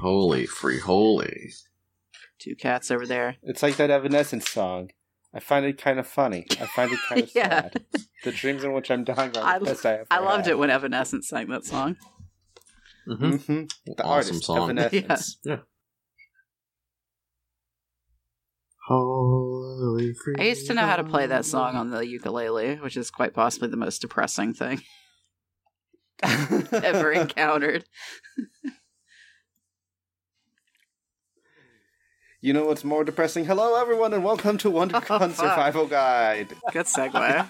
Holy free holy. Two cats over there. It's like that Evanescence song. I find it kind of funny. I find it kind of Yeah. sad. The dreams in which I'm dying I are the lo- best I ever I loved it when Evanescence sang that song. Mm-hmm. hmm The Awesome artist, song. Evanescence. Holy free. I used to know how to play that song on the ukulele, which is quite possibly the most depressing thing Mm-hmm. ever encountered. You know what's more depressing? Hello, everyone, and welcome to WonderCon Oh, fuck. Survival Guide. Good segue.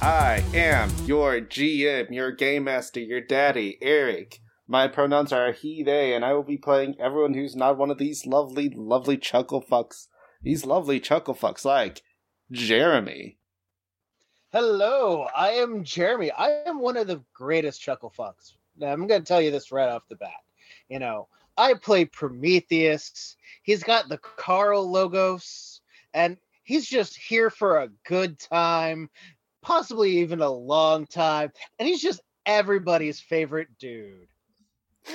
I am your GM, your game master, your daddy, Eric. My pronouns are he, they, and I will be playing everyone who's not one of these lovely, lovely chuckle fucks. These lovely chuckle fucks like Jeremy. Hello, I am Jeremy. I am one of the greatest chuckle fucks. Now, I'm going to tell you this right off the bat. You know, I play Prometheus. He's got the Carl logos, and he's just here for a good time, possibly even a long time. And he's just everybody's favorite dude.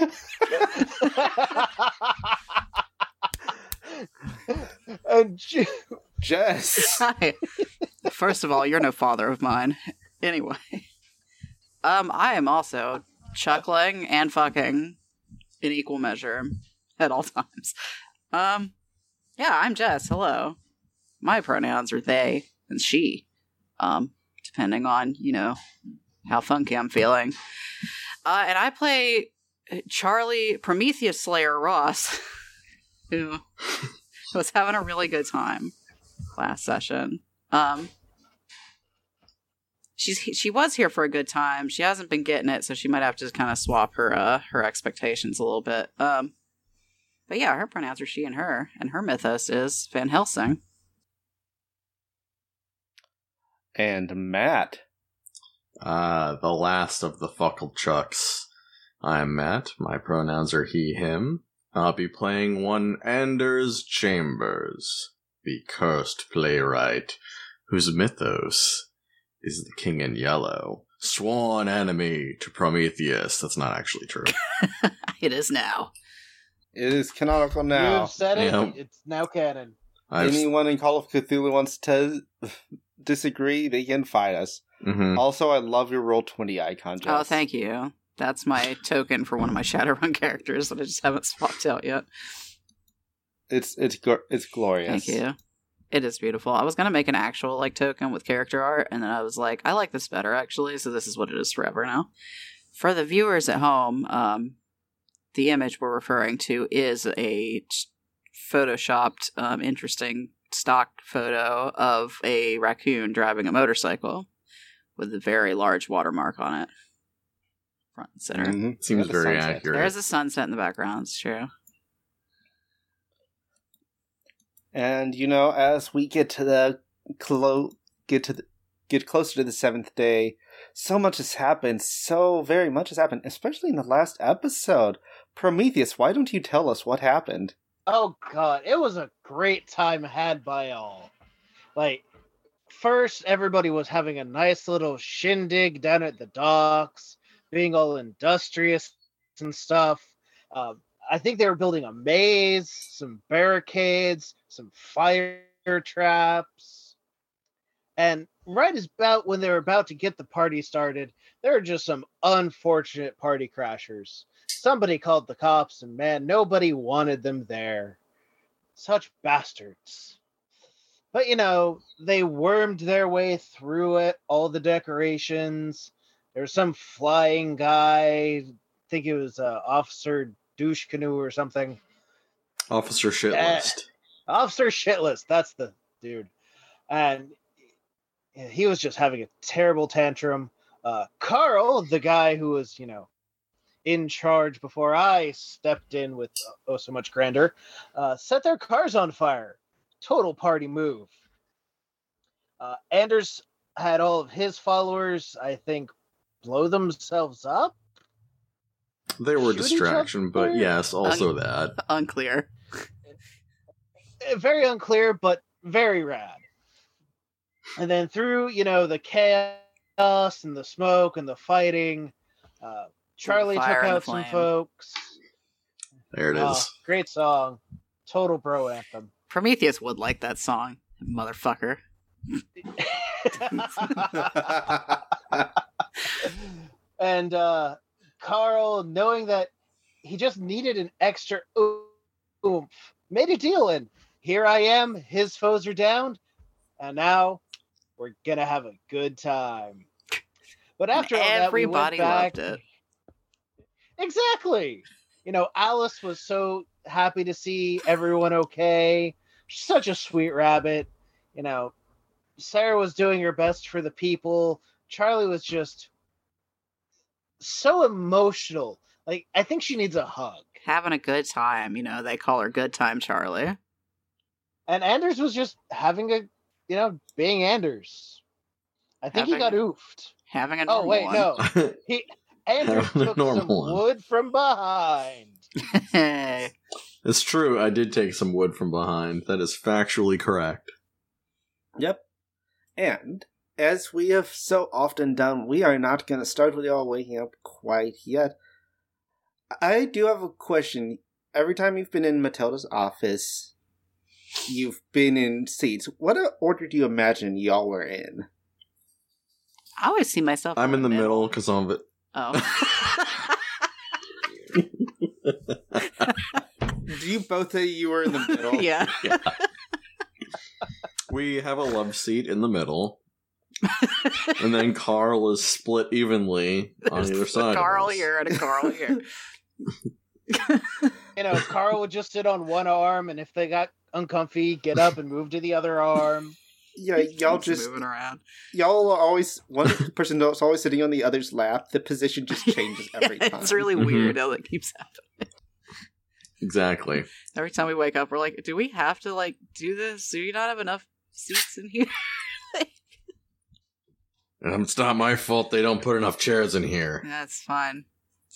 and Ju- Jess. Hi. First of all, you're no father of mine. Anyway, um, I am also chuckling and fucking in equal measure at all times. Um, yeah, I'm Jess. Hello. My pronouns are they and she, um, depending on you know how funky I'm feeling. Uh, and I play Charlie Prometheus Slayer Ross, who was having a really good time last session. Um, she's she was here for a good time. She hasn't been getting it, so she might have to kind of swap her uh, her expectations a little bit. Um, but yeah, her pronouns are she and her, and her mythos is Van Helsing. and Matt. Uh, the last of the Fuckle Chucks. I'm Matt. My pronouns are he, him. I'll be playing one Anders Chambers, the cursed playwright, whose mythos is the King in Yellow, sworn enemy to Prometheus. That's not actually true. It is now. It is canonical now. You've said it. Yeah. It's now canon. I've, Anyone in Call of Cthulhu wants to disagree, they can fight us. Mhm. Also, I love your roll twenty icon. Jess. Oh, thank you. That's my token for one of my Shadowrun characters that I just haven't swapped out yet. It's it's gor it's glorious. Thank you. It is beautiful. I was gonna make an actual like token with character art, and then I was like, I like this better actually. So this is what it is forever now. For the viewers at home, um, the image we're referring to is a t- photoshopped, um, interesting stock photo of a raccoon driving a motorcycle with a very large watermark on it, front and center. Mhm. Seems Yeah, the very sunset. accurate. There is a sunset in the background. It's true. And you know, as we get to the clo- get to the, get closer to the seventh day, so much has happened. So very much has happened, especially in the last episode. Prometheus, why don't you tell us what happened? Oh god, it was a great time had by all. Like first everybody was having a nice little shindig down at the docks, being all industrious and stuff. Um, I think they were building a maze, some barricades, some fire traps. And right as about when they were about to get the party started, there were just some unfortunate party crashers somebody called the cops and man nobody wanted them there such bastards but you know they wormed their way through it all the decorations there was some flying guy i think it was uh, officer douche canoe or something Officer Shitlist. Uh, officer shitless that's the dude and he was just having a terrible tantrum uh, carl the guy who was you know in charge before I stepped in with uh, oh so much grandeur, uh, set their cars on fire. Total party move. Uh, Anders had all of his followers, I think, blow themselves up. They were a Shoot each distraction, other? but yes, Oh. also that. Unclear. Eh, Very unclear, but very rad. And then through you know the chaos and the smoke and the fighting, uh, Charlie took fire and the out some flame. folks. There it is. Oh, great song. Total bro anthem. Prometheus would like that song, motherfucker. and uh, Carl, knowing that he just needed an extra oomph, made a deal. And here I am. His foes are downed. And now we're going to have a good time. But And after all that, we went everybody back, loved it. Exactly. You know, Alice was so happy to see everyone okay. She's such a sweet rabbit. You know, Sarah was doing her best for the people. Charlie was just so emotional. Like, I think she needs a hug. Having a good time, you know, they call her Good Time Charlie. And Anders was just having a, you know, being Anders. I think he got Having- oofed. Having a Oh, normal wait, one. no. Anders Having a took some normal one. wood from behind. Hey. it's true, I did take some wood from behind. That is factually correct. Yep. And as we have so often done, we are not going to start with y'all waking up quite yet. I do have a question. Every time you've been in Matilda's office, you've been in seats. What order do you imagine y'all were in? I always see myself. I'm in the middle because I'm. Oh. Do you both say you were in the middle? yeah. We have a love seat in the middle, and then Carl is split evenly on either side. of Carl us. here and a Carl here. you know, Carl would just sit on one arm, and if they got uncomfy, get up and move to the other arm. Yeah, y'all just moving around. y'all are always one person is always sitting on the other's lap. The position just changes every Yeah, time. it's really Mhm. weird how that keeps happening. Exactly. Every time we wake up, we're like, do we have to like do this? Do you not have enough seats in here? And it's not my fault they don't put enough chairs in here. That's fine.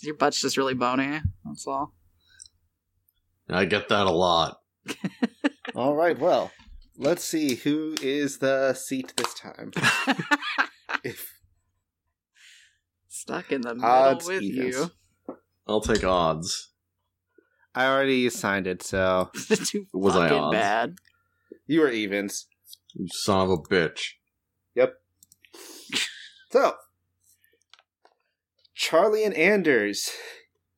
Your butt's just really bony. That's all. I get that a lot. All right, well, let's see who is the seat this time. If Stuck in the middle odds with evens. you. I'll take odds. I already assigned it, so Too Was I fucking odds? bad. you were evens. You son of a bitch. So, Charlie and Anders,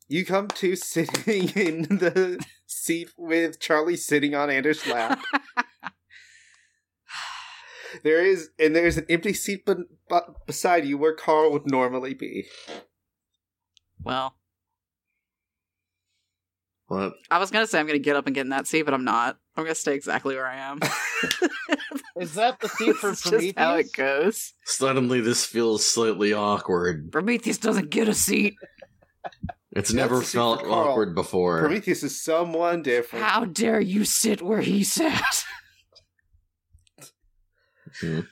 you come to sitting in the seat with Charlie sitting on Anders' lap. There is, and there's an empty seat be- be- beside you where Carl would normally be. Well, What? I was gonna say I'm gonna get up and get in that seat, but I'm not. I'm gonna stay exactly where I am. Is that the seat This for is just how Prometheus? it goes. Suddenly this feels slightly awkward. Prometheus doesn't get a seat. It's That's never the secret felt Carl. awkward before. Prometheus is someone different. How dare you sit where he sat?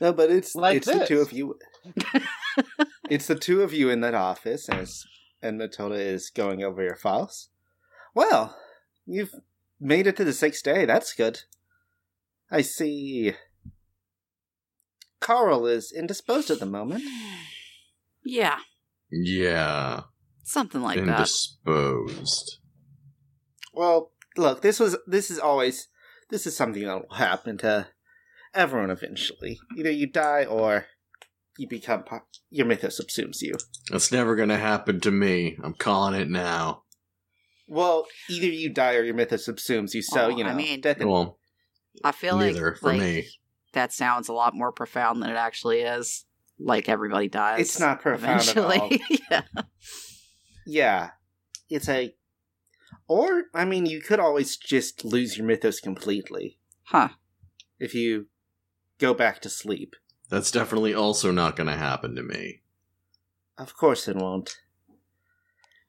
No, but it's Like it's the this. two of you. it's the two of you in that office, and it's, and Matilda is going over your files. Well, you've made it to the sixth day. That's good. I see. Carl is indisposed at the moment. yeah, Yeah. something like that. indisposed. Well, look, this was this is always this is something that will happen to everyone eventually. Either you die or you become part, your mythos subsumes you. It's never gonna happen to me. I'm calling it now. Well, either you die or your mythos subsumes you. So Oh, you I know, mean- death and- Well, I feel neither like, for like, me. that sounds a lot more profound than it actually is. Like everybody dies. it's not profound at all. eventually. yeah. Yeah, it's a, or I mean, you could always just lose your mythos completely Huh. if you go back to sleep. That's definitely also not gonna happen to me. Of course, it won't.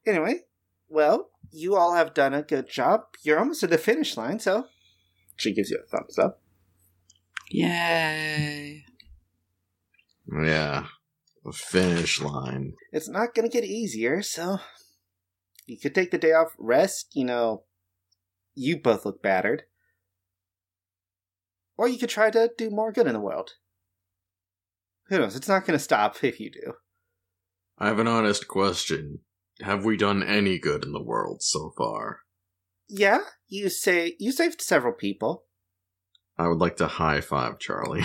Anyway, well, you all have done a good job. You're almost at the finish line, so. She gives you a thumbs up. Yay. Yeah. The finish line. It's not going to get easier, so. You could take the day off, rest, you know. You both look battered. Or you could try to do more good in the world. Who knows? It's not going to stop if you do. I have an honest question. Have we done any good in the world so far? Yeah, you say you saved several people. I would like to high five Charlie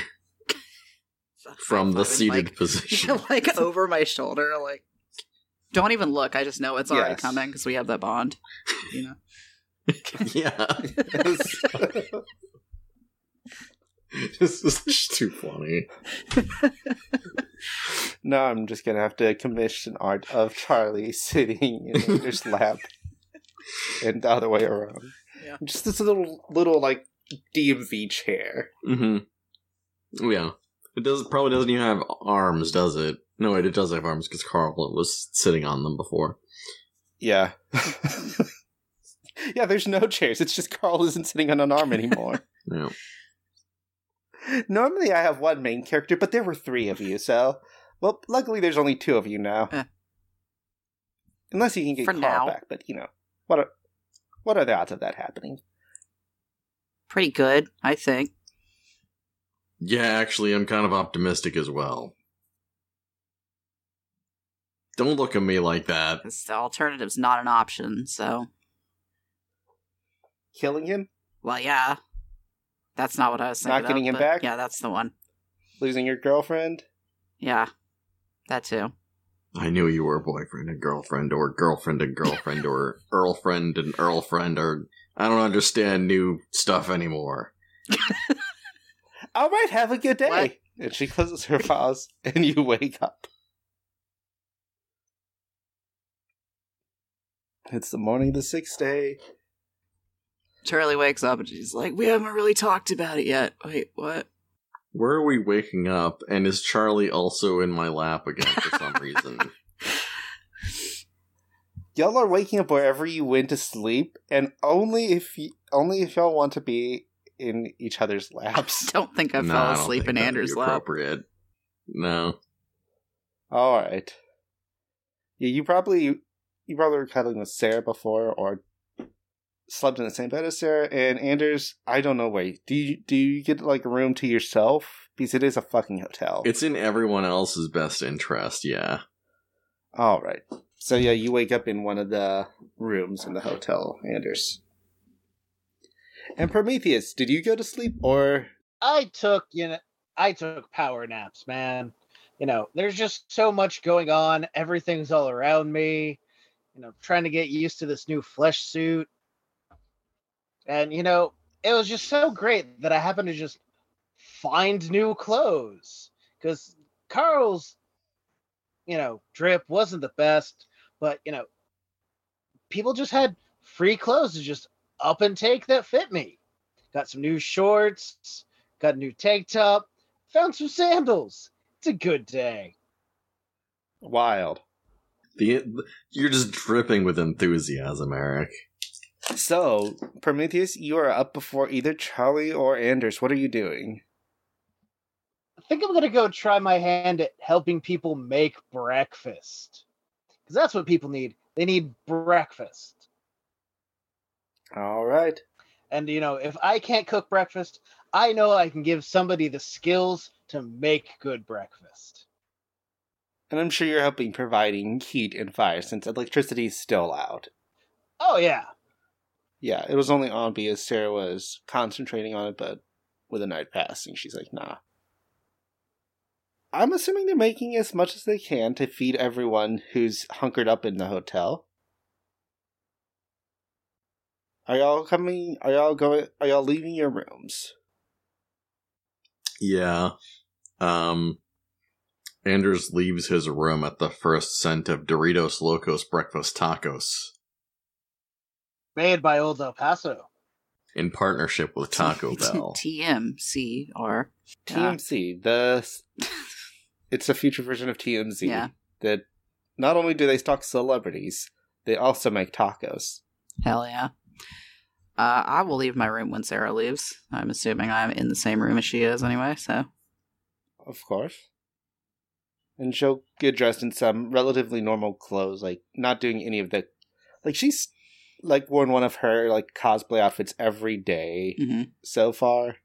from the Like- seated position. like over my shoulder, like don't even look. I just know it's already Yes. coming because we have that bond. You know. yeah. this is just too funny. no, I'm just gonna have to commission art of Charlie sitting in Andrew's lap and the other way around. Yeah. Just this little little like DMV chair. Mm-hmm. Yeah. It does probably doesn't even have arms, does it? No, wait, it does have arms because Carl was sitting on them before. Yeah. yeah, there's no chairs. It's just Carl isn't sitting on an arm anymore. Yeah. Normally I have one main character, but there were three of you, so well luckily there's only two of you now. Eh. Unless you can get For Carl now. back, but you know. What are what are the odds of that happening? Pretty good, I think. Yeah, actually, I'm kind of optimistic as well. Don't look at me like that. 'Cause the alternative's not an option, so Killing him? well yeah. That's not what I was Not thinking. of, getting him but back? Yeah, that's the one. Losing your girlfriend? Yeah. That too. I knew you were boyfriend and girlfriend, or girlfriend and girlfriend, or earlfriend and earlfriend, or I don't understand new stuff anymore. All right, have a good day. What? And she closes her files, and you wake up. It's the morning of the sixth day. Charlie wakes up and she's like, We haven't really talked about it yet. Wait, what? Where are we waking up? And is Charlie also in my lap again for some reason? Y'all are waking up wherever you went to sleep, and only if you, only if y'all want to be in each other's laps. Don't think I No, fell don't asleep think in that'd be Andrew's lap. Appropriate. No. All right. Yeah, you probably you probably were cuddling with Sarah before, or slept in the same bed as Sarah and Anders. I don't know. Wait, do you do you get like a room to yourself? Because it is a fucking hotel. It's in everyone else's best interest, yeah. All right. So yeah, you wake up in one of the rooms in the hotel, Anders. And Prometheus, did you go to sleep or? I took you know I took power naps, man. You know, there's just so much going on. Everything's all around me. You know, trying to get used to this new flesh suit. And you know, it was just so great that I happened to just find new clothes cuz Carl's you know, drip wasn't the best, but you know, people just had free clothes to just up and take that fit me. Got some new shorts, got a new tank top, found some sandals. It's a good day. Wild. The you're just dripping with enthusiasm, Eric. So Prometheus, you are up before either Charlie or Anders. What are you doing? I think I'm gonna go try my hand at helping people make breakfast. Because that's what people need. They need breakfast. All right. And you know, if I can't cook breakfast, I know I can give somebody the skills to make good breakfast. And I'm sure you're helping providing heat and fire since electricity is still out. Oh yeah. Yeah, it was only on because Sarah was concentrating on it, but with a night passing, she's like, nah. I'm assuming they're making as much as they can to feed everyone who's hunkered up in the hotel. Are y'all coming? Are y'all going? Are y'all leaving your rooms? Yeah. Um Anders leaves his room at the first scent of Doritos Locos breakfast tacos Made by old El Paso. in partnership with Taco Bell. TMCR. Yeah. TMC. The it's a future version of TMZ. Yeah. That not only do they stalk celebrities, They also make tacos. Hell yeah. Uh, I will leave my room when Sarah leaves. I'm assuming I'm in the same room as she is anyway, so. Of course. And she'll get dressed in some relatively normal clothes, like not doing any of the like she's like worn one of her like cosplay outfits every day hmm so far.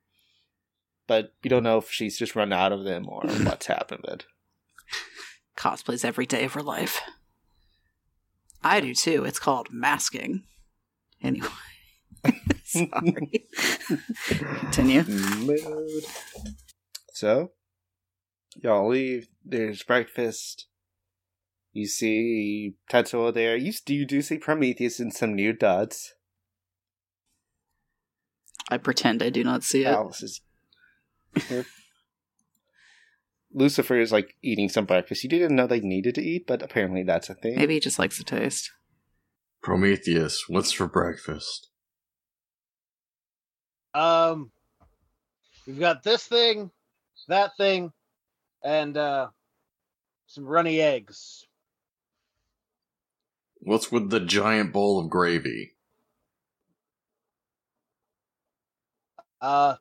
But you don't know if she's just run out of them or what's happened. Cosplays every day of her life. I do too. It's called masking. Anyway. Sorry. Continue. Mood. So, y'all leave. There's breakfast. You see Tetsuo there. You, s- you do see Prometheus in some new duds. I pretend I do not see it. Alice is here. Lucifer is like eating some breakfast. You didn't know they needed to eat, but apparently that's a thing. Maybe he just likes the taste. Prometheus, what's for breakfast? Um, we've got this thing, that thing, and uh, some runny eggs. What's with the giant bowl of gravy? Uh,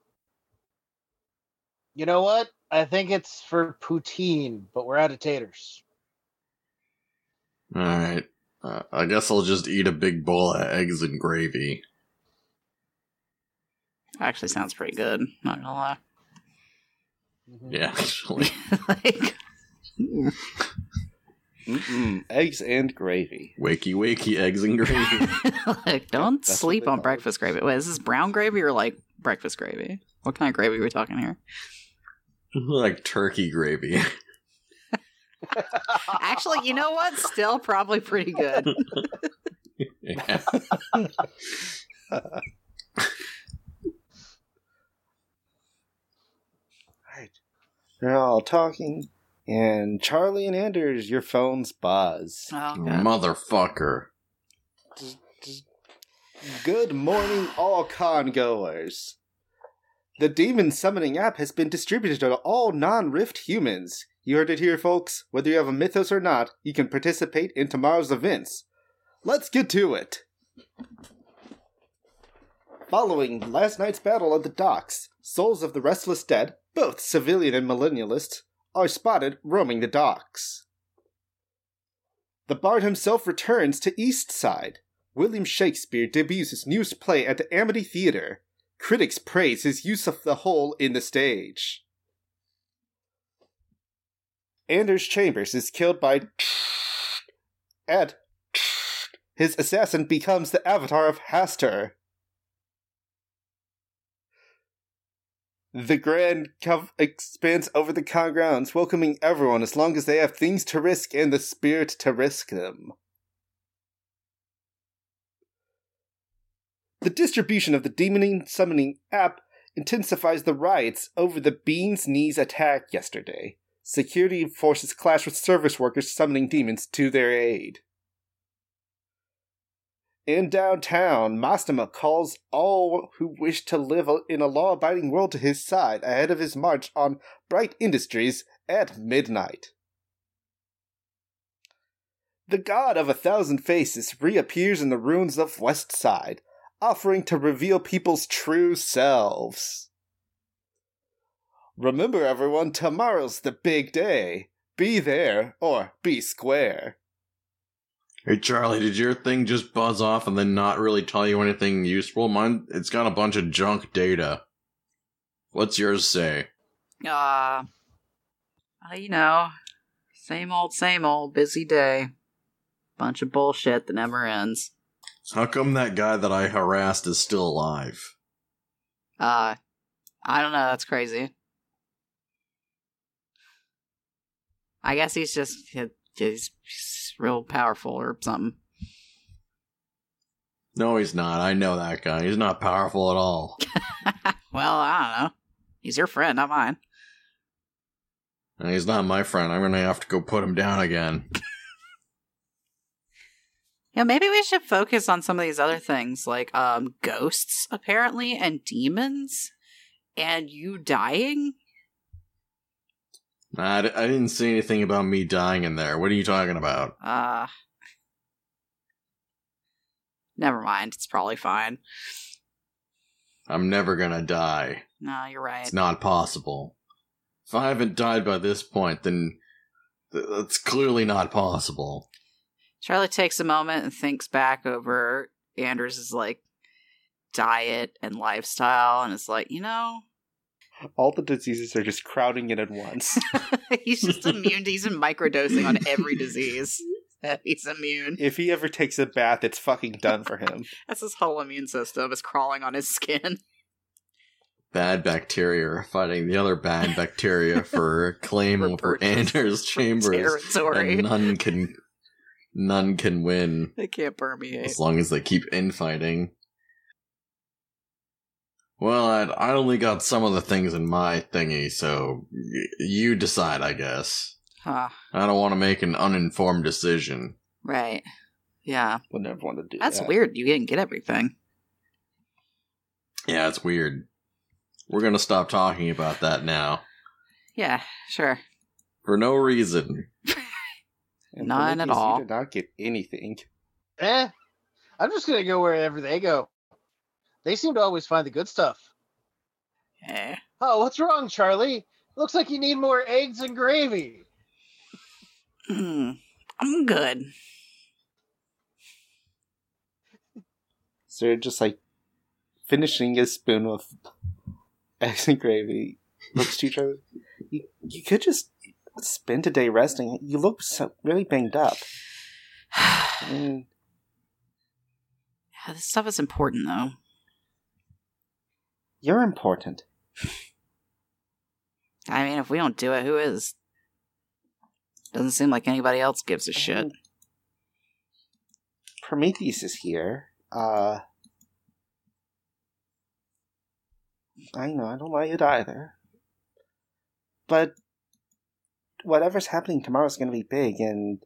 you know what? I think it's for poutine, but we're out of taters. Alright. Uh, I guess I'll just eat a big bowl of eggs and gravy. Actually, sounds pretty good. Not gonna lie. Mhm. Yeah, actually. like, Mm-mm. Eggs and gravy. wakey wakey eggs and gravy. like, don't that's what sleep they on call it. breakfast gravy. Wait, is this brown gravy or like breakfast gravy? What kind of gravy are we talking here? like turkey gravy. Actually, you know what? Still probably pretty good. Yeah. Right. They're all talking, and Charlie and Anders, your phones buzz. Oh, God. Motherfucker. Good morning, all congoers. The demon summoning app has been distributed to all non rift humans. You heard it here, folks. Whether you have a mythos or not, you can participate in tomorrow's events. Let's get to it. Following last night's battle at the docks, souls of the restless dead, both civilian and millennialists, are spotted roaming the docks. The bard himself returns to Eastside. William Shakespeare debuts his newest play at the Amity Theater. Critics praise his use of the hole in the stage. Anders Chambers is killed by Ed. His assassin becomes the avatar of Hastur. The Grand cov- expands over the con grounds, welcoming everyone as long as they have things to risk and the spirit to risk them. The distribution of the Demoning Summoning app intensifies the riots over the Beans Knees attack yesterday. Security forces clash with service workers summoning demons to their aid. In downtown, Mastema calls all who wish to live in a law abiding world to his side ahead of his march on Bright Industries at midnight. The god of a thousand faces reappears in the ruins of West Side offering to reveal people's true selves. Remember, everyone, tomorrow's the big day. Be there or be square. Hey Charlie, did your thing just buzz off and then not really tell you anything useful? Mine, it's got a bunch of junk data. What's yours say? Uh, uh, you know, same old, same old, busy day. Bunch of bullshit that never ends. How come that guy that I harassed is still alive? Uh, I don't know. That's crazy. I guess he's just he- he's he's real powerful or something. No, he's not. I know that guy. He's not powerful at all. well, I don't know. He's your friend, not mine. And he's not my friend. I'm gonna have to go put him down again. Yeah, maybe we should focus on some of these other things, like um, ghosts apparently, and demons, and you dying. Nah, I, d- Ah. I didn't say anything about me dying in there. What are you talking about? Uh Never mind. It's probably fine. I'm never gonna die. No, you're right. It's not possible. If I haven't died by this point, then th- it's clearly not possible. Charlie takes a moment and thinks back over Anders' like diet and lifestyle and is like, you know, All the diseases are just crowding in at once. he's just immune. He's microdosing on every disease. that He's immune. if he ever takes a bath, it's fucking done for him. That's his whole immune system is crawling on his skin. Bad bacteria are fighting the other bad bacteria for claim For over purchase, Anders Chambers. Territory. And none can none can win they can't permeate. as long as they keep infighting. Well, I, I only got some of the things in my thingy, so y- you decide, I guess. Huh. I don't want to make an uninformed decision. Right. Yeah. Would never want to do That's that. weird. You didn't get everything. Yeah, it's weird. We're gonna stop talking about that now Yeah, sure. for no reason. And None at Polybius, all. You did not get anything. Eh, I'm just gonna go wherever they go. They seem to always find the good stuff. Yeah. Oh, what's wrong, Charlie? Looks like you need more eggs and gravy. Mm, I'm good. So you're just like finishing a spoon of eggs and gravy. Looks to each other. You, you could just spend a day resting. You look so, really banged up. I mean, Yeah, this stuff is important though. you're important. I mean, if we don't do it, who is? Doesn't seem like anybody else gives a shit. Prometheus is here. Uh, I know, I don't like it either. But whatever's happening tomorrow is going to be big, and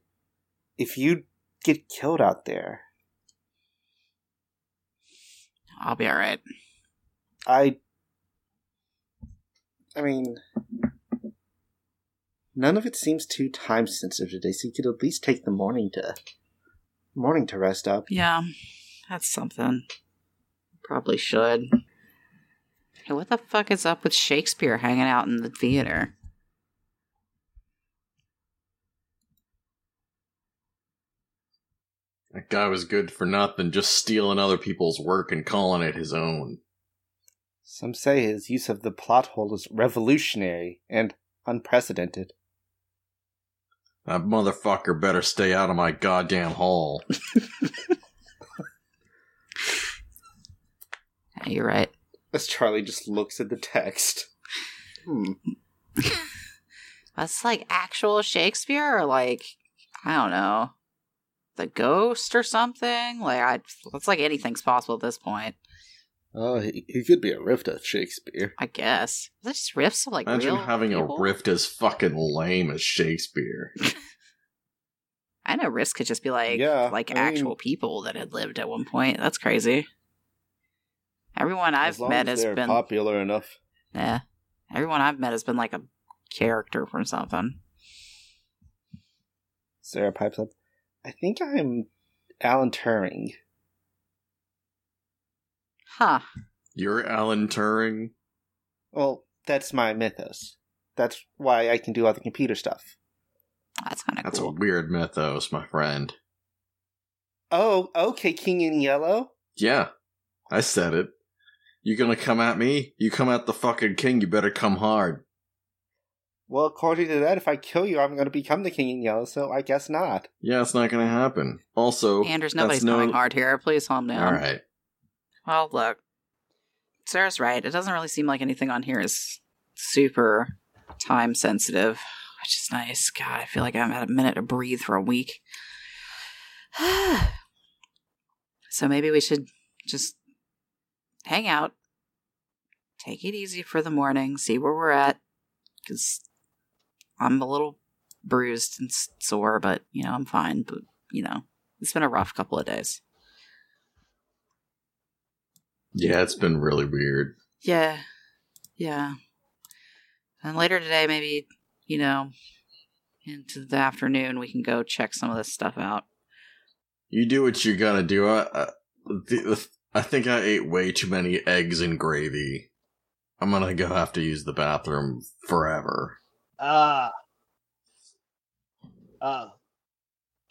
if you get killed out there, I'll be all right. I. I mean. None of it seems too time sensitive today, so you could at least take the morning to. morning to rest up. Yeah, that's something. Probably should. Hey, what the fuck is up with Shakespeare hanging out in the theater? That guy was good for nothing, just stealing other people's work and calling it his own. Some say his use of the plot hole is revolutionary and unprecedented. That motherfucker better stay out of my goddamn hall. Yeah, you're right. As Charlie just looks at the text. Hmm. That's like actual Shakespeare or like I don't know. The ghost or something? Like I that's like anything's possible at this point, Oh, he, he could be a rift of Shakespeare. I guess. Is that just riffs of like Imagine real having people? a rift as fucking lame as Shakespeare. I know riffs could just be like Yeah, like I mean- actual people that had lived at one point. That's crazy. Everyone I've As long met as has they're been popular enough. Yeah. Everyone I've met has been like a character from something. Sarah pipes up. I think I'm Alan Turing. Huh. You're Alan Turing? Well, that's my mythos. That's why I can do all the computer stuff. That's kinda That's a cool. weird mythos, my friend. Oh, okay, King in Yellow. Yeah, I said it. You gonna come at me? You come at the fucking king, you better come hard. Well, according to that, if I kill you, I'm going to become the King in Yellow, so I guess not. Yeah, it's not gonna happen. Also, Anders, that's nobody's no- going hard here. Please calm down. Alright. Well, look, Sarah's right. It doesn't really seem like anything on here is super time sensitive, which is nice. God, I feel like I haven't had a minute to breathe for a week. so maybe we should just hang out, take it easy for the morning, see where we're at, because I'm a little bruised and s- sore, but, you know, I'm fine. But, you know, it's been a rough couple of days. Yeah, it's been really weird. Yeah. Yeah. And later today, maybe, you know, into the afternoon, we can go check some of this stuff out. You do what you gotta do. I, I, the, I think I ate way too many eggs and gravy. I'm gonna go have to use the bathroom forever. Ah. Uh,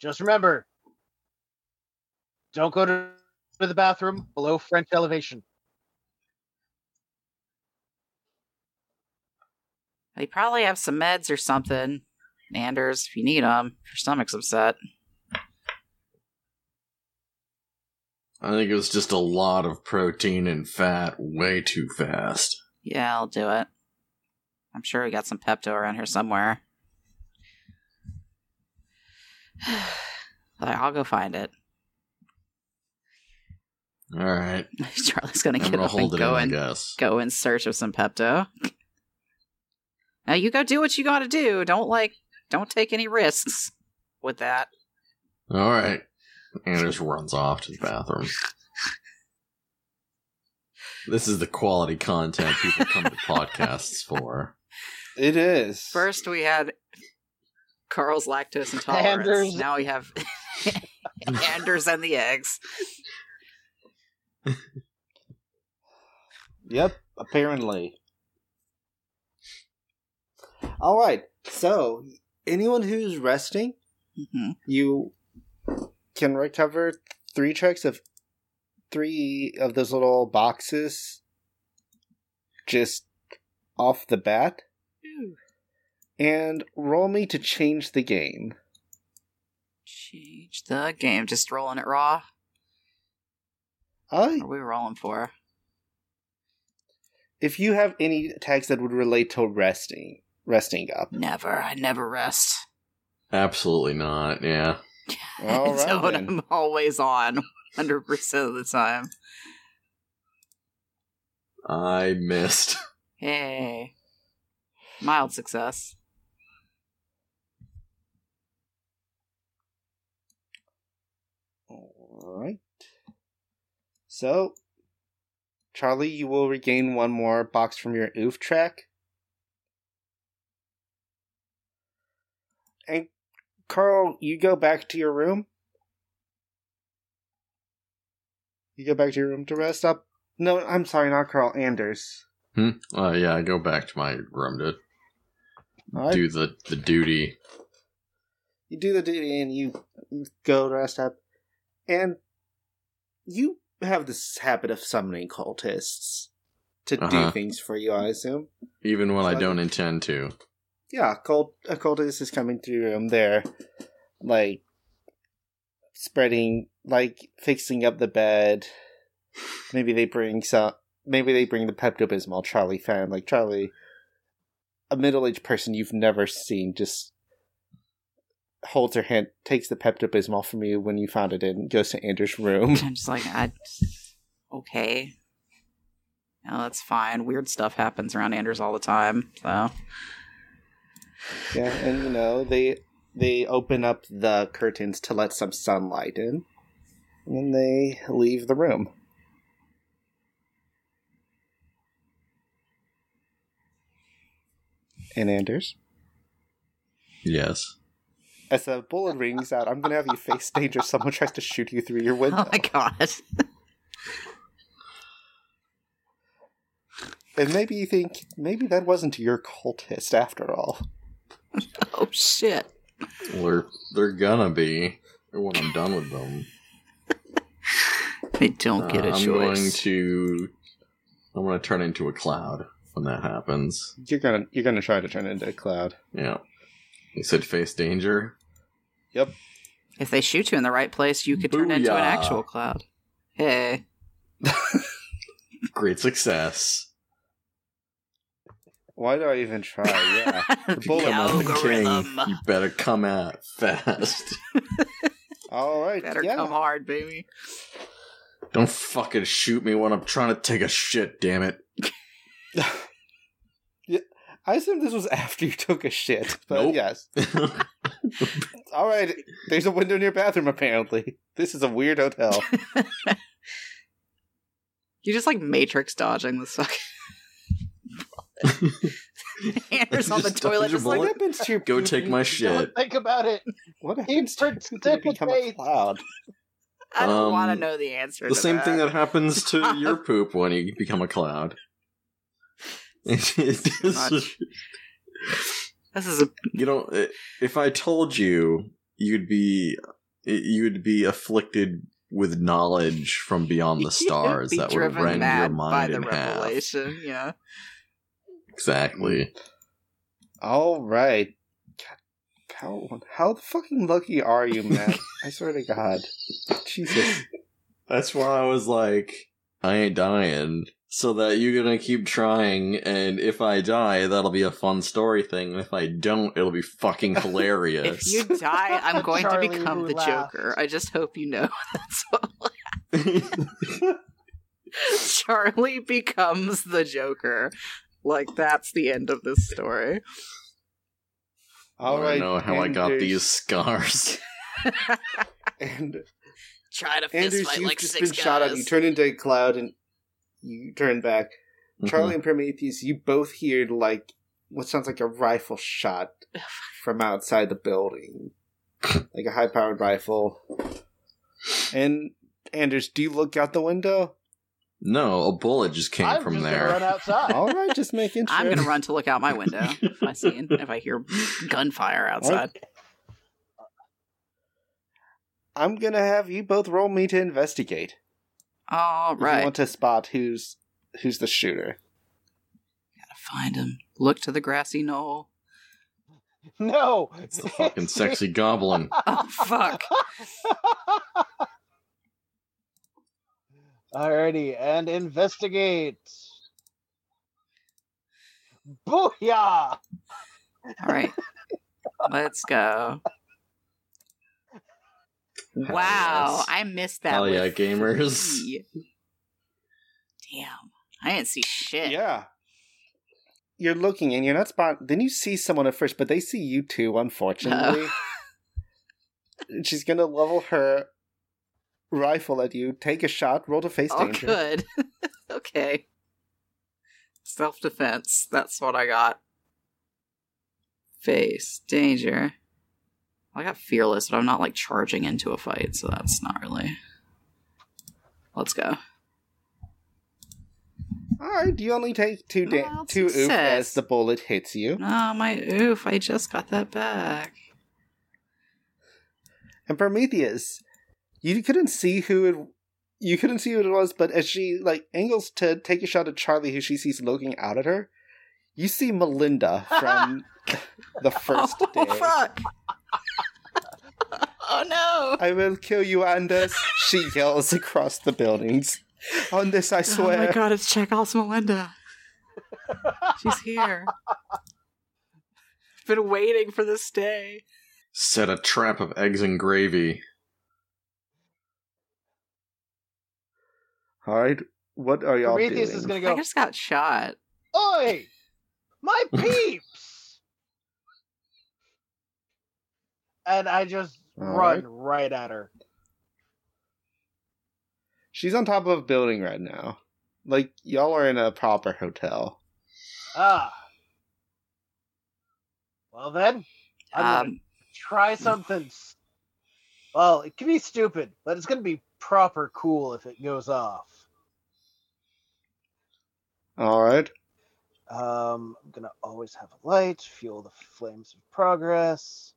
just remember don't go to, to the bathroom below French elevation. They probably have some meds or something. Anders, if you need them, your stomach's upset. I think it was just a lot of protein and fat way too fast. Yeah, I'll do it. I'm sure we got some Pepto around here somewhere. But I'll go find it. Alright. Charlie's gonna I'm get gonna up and hold it in, go I and guess. go in search of some Pepto. Now you go do what you gotta do. Don't like don't take any risks with that. Alright. Anders runs off to the bathroom. This is the quality content people come to podcasts for. It is. First we had Carl's lactose intolerance. Anders. Now we have Anders and the eggs. Yep, apparently. All right. So, anyone who's resting, hmm you can recover three checks of three of those little boxes just off the bat and roll me to change the game. Change the game. Just rolling it raw. Uh, What are we rolling for? if you have any tags that would relate to resting, resting up. Never. I never rest. Absolutely not, yeah. All right. so then. I'm always on 100% of the time. I missed. Hey. Mild success. All right. So, Charlie, you will regain one more box from your oof track. And Carl, you go back to your room. You go back to your room to rest up. No, I'm sorry, not Carl. Anders. Hmm? Uh, yeah, I go back to my room to All right. do the, the duty. you do the duty and you go to rest up. And you have this habit of summoning cultists to do Uh-huh. things for you, I assume. Even when I So I- don't intend to. Yeah, cult a cultist is coming through your room there, like spreading, like fixing up the bed. Maybe they bring some. Maybe they bring the Pepto Bismol Charlie fan, like Charlie, a middle aged person you've never seen, just holds her hand, takes the Pepto Bismol from you when you found it, and goes to Andrew's room. I'm just like, I. Okay. No, that's fine. Weird stuff happens around Anders all the time. So. yeah, and you know they they open up the curtains to let some sunlight in, and then they leave the room. And Anders, Yes. as a bullet rings out, I'm gonna have you face danger. if Someone tries to shoot you through your window, Oh my god. and maybe you think maybe that wasn't your cultist after all. Oh shit. Well, they're, they're gonna be when I'm done with them. They don't get a Uh, I'm going choice. to. I'm going to turn into a cloud when that happens. You're gonna you're gonna try to turn into a cloud. Yeah. You said face danger. If they shoot you in the right place, you could turn into an Booyah. actual actual cloud. Hey. Great success. Why do I even try? Yeah. the bullet out method. algorithm. You better come out fast. All right. Better yeah. come hard, baby. Don't fucking shoot me when I'm trying to take a shit. Damn it. yeah, I assume this was after you took a shit, but Nope. yes. All right, there's a window in your bathroom. Apparently, this is a weird hotel. You're just like matrix dodging this fucking. Anders on the Just toilet, dodge a just what like bullet. happens to your Go take my Don't shit. think about it. What He happens to you when you become a participates. cloud? I don't Um, want to know the answer. The to same thing that happens to Stop. your poop when you become a cloud. It is- Much. This is a you know, i- if I told you, you'd be you'd be afflicted with knowledge from beyond the stars be that would driven rend your mad by mind the in half. revelation. Yeah. Exactly. All right. God, How, how the fucking lucky are you, Matt? I swear to God. Jesus. That's why I was like, I ain't dying. So that you're gonna keep trying, and if I die, that'll be a fun story thing. And if I don't, it'll be fucking hilarious. If you die, I'm going Charlie to become who the laughed. Joker. I just hope you know. That's what Charlie becomes the Joker. Like that's the end of this story. All I right. know how I got Anders. these scars. And Try to fist Anders, fight you've like just six been guys. shot at. You turn into a cloud and you turn back. Mm-hmm. Charlie and Prometheus, you both hear like what sounds like a rifle shot from outside the building, like a high-powered rifle. And Anders, do you look out the window? No, a bullet just came I'm from just gonna run there. outside. All right, just making sure. I'm gonna run to look out my window if I see if I hear gunfire outside. I'm gonna have you both roll me to investigate. All If you right, want to spot who's who's the shooter. find him. Look to the grassy knoll. no, It's the fucking sexy goblin. Oh fuck! Alrighty, and investigate. Booyah! All right, let's go. Hell Wow, yes. I missed that. Hell with yeah, gamers. three. Damn, I didn't see shit. Yeah. You're looking and you're not spot. Then you see someone at first, but they see you too. Unfortunately, And she's gonna level her rifle at you. Take a shot. Roll to face oh, danger. good. okay. Self defense. That's what I got. Face danger. I got fearless, but I'm not like charging into a fight, so that's not really. Let's go. All right. You only take two da- Well, two oof Oh, success. as the bullet hits you. Ah, my oof! I just got that back. And Prometheus, you couldn't see who it. You couldn't see who it was, but as she like angles to take a shot at Charlie, who she sees looking out at her, you see Melinda from the first oh day. fuck! oh no! I will kill you, Anders! She yells across the buildings. On this, I Oh my swear. god! It's Chekhov's Melinda. She's here. Been waiting for this day. Set a trap of eggs and gravy. All right, what are y'all Prometheus doing? is gonna I go. just got shot. Oi, my peeps! and I just All run right at her. She's on top of a building right now. Like y'all are in a proper hotel. Ah. Well then, I'm gonna Um, try something. s- Well, it can be stupid, but it's gonna be proper cool if it goes off. All right. Um, I'm gonna always have a light, fuel the flames of progress,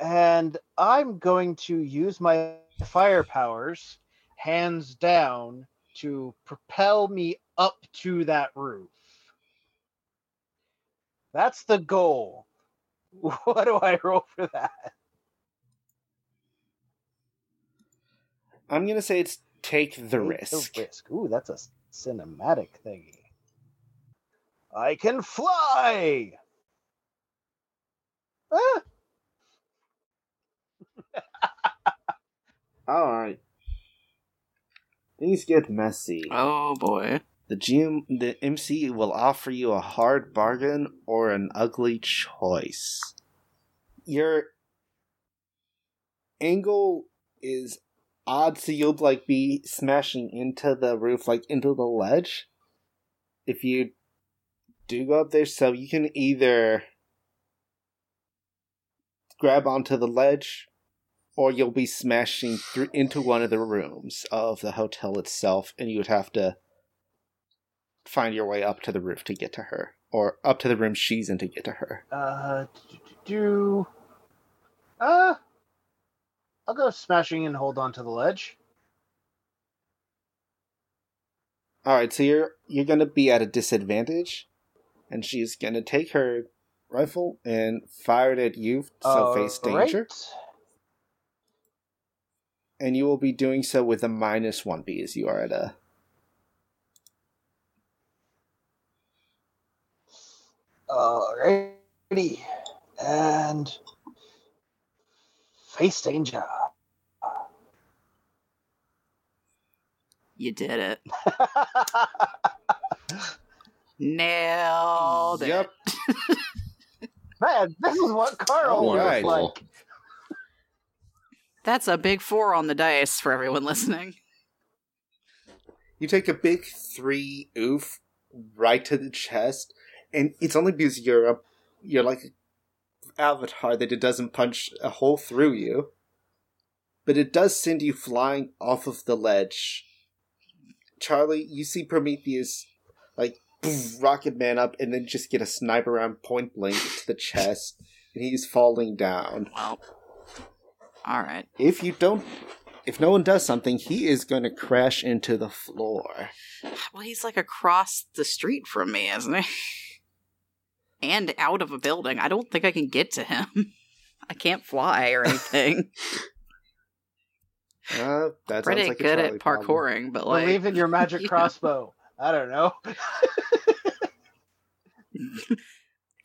and I'm going to use my fire powers, hands down, to propel me up to that roof. That's the goal. What do I roll for that? I'm gonna say it's take the Take risk. risk. Ooh, that's a s- cinematic thingy. I can fly. Ah, All right. Things get messy. oh boy. The GM, the MC will offer you a hard bargain or an ugly choice. Your angle is odd, so you'll like be smashing into the roof, like into the ledge. If you do go up there, so you can either grab onto the ledge or you'll be smashing through into one of the rooms of the hotel itself, and you would have to find your way up to the roof to get to her, or up to the room she's in to get to her. Uh, do, do, uh, I'll go smashing and hold on to the ledge. All right, so you're you're gonna be at a disadvantage, and she's gonna take her rifle and fire it at you, so face danger, Alright. and you will be doing so with a minus one B as you are at a. Alrighty. And face danger. You did it. Nailed it. Yep. Man, this is what Carl All was right. like. That's a big four on the dice for everyone listening. You take a big three oof right to the chest, and it's only because you're a you're like an avatar that it doesn't punch a hole through you. But it does send you flying off of the ledge. Charlie, you see Prometheus like poof, rocket man up and then just get a sniper round point blank to the chest and he's falling down. Well, all right. If you don't if no one does something, he is gonna crash into the floor. Well, he's like across the street from me, isn't he? And out of a building. I don't think I can get to him. I can't fly or anything. Uh, that sounds Pretty like a good at Charlie problem. parkouring, but like Believe in your magic Yeah. crossbow. I don't know.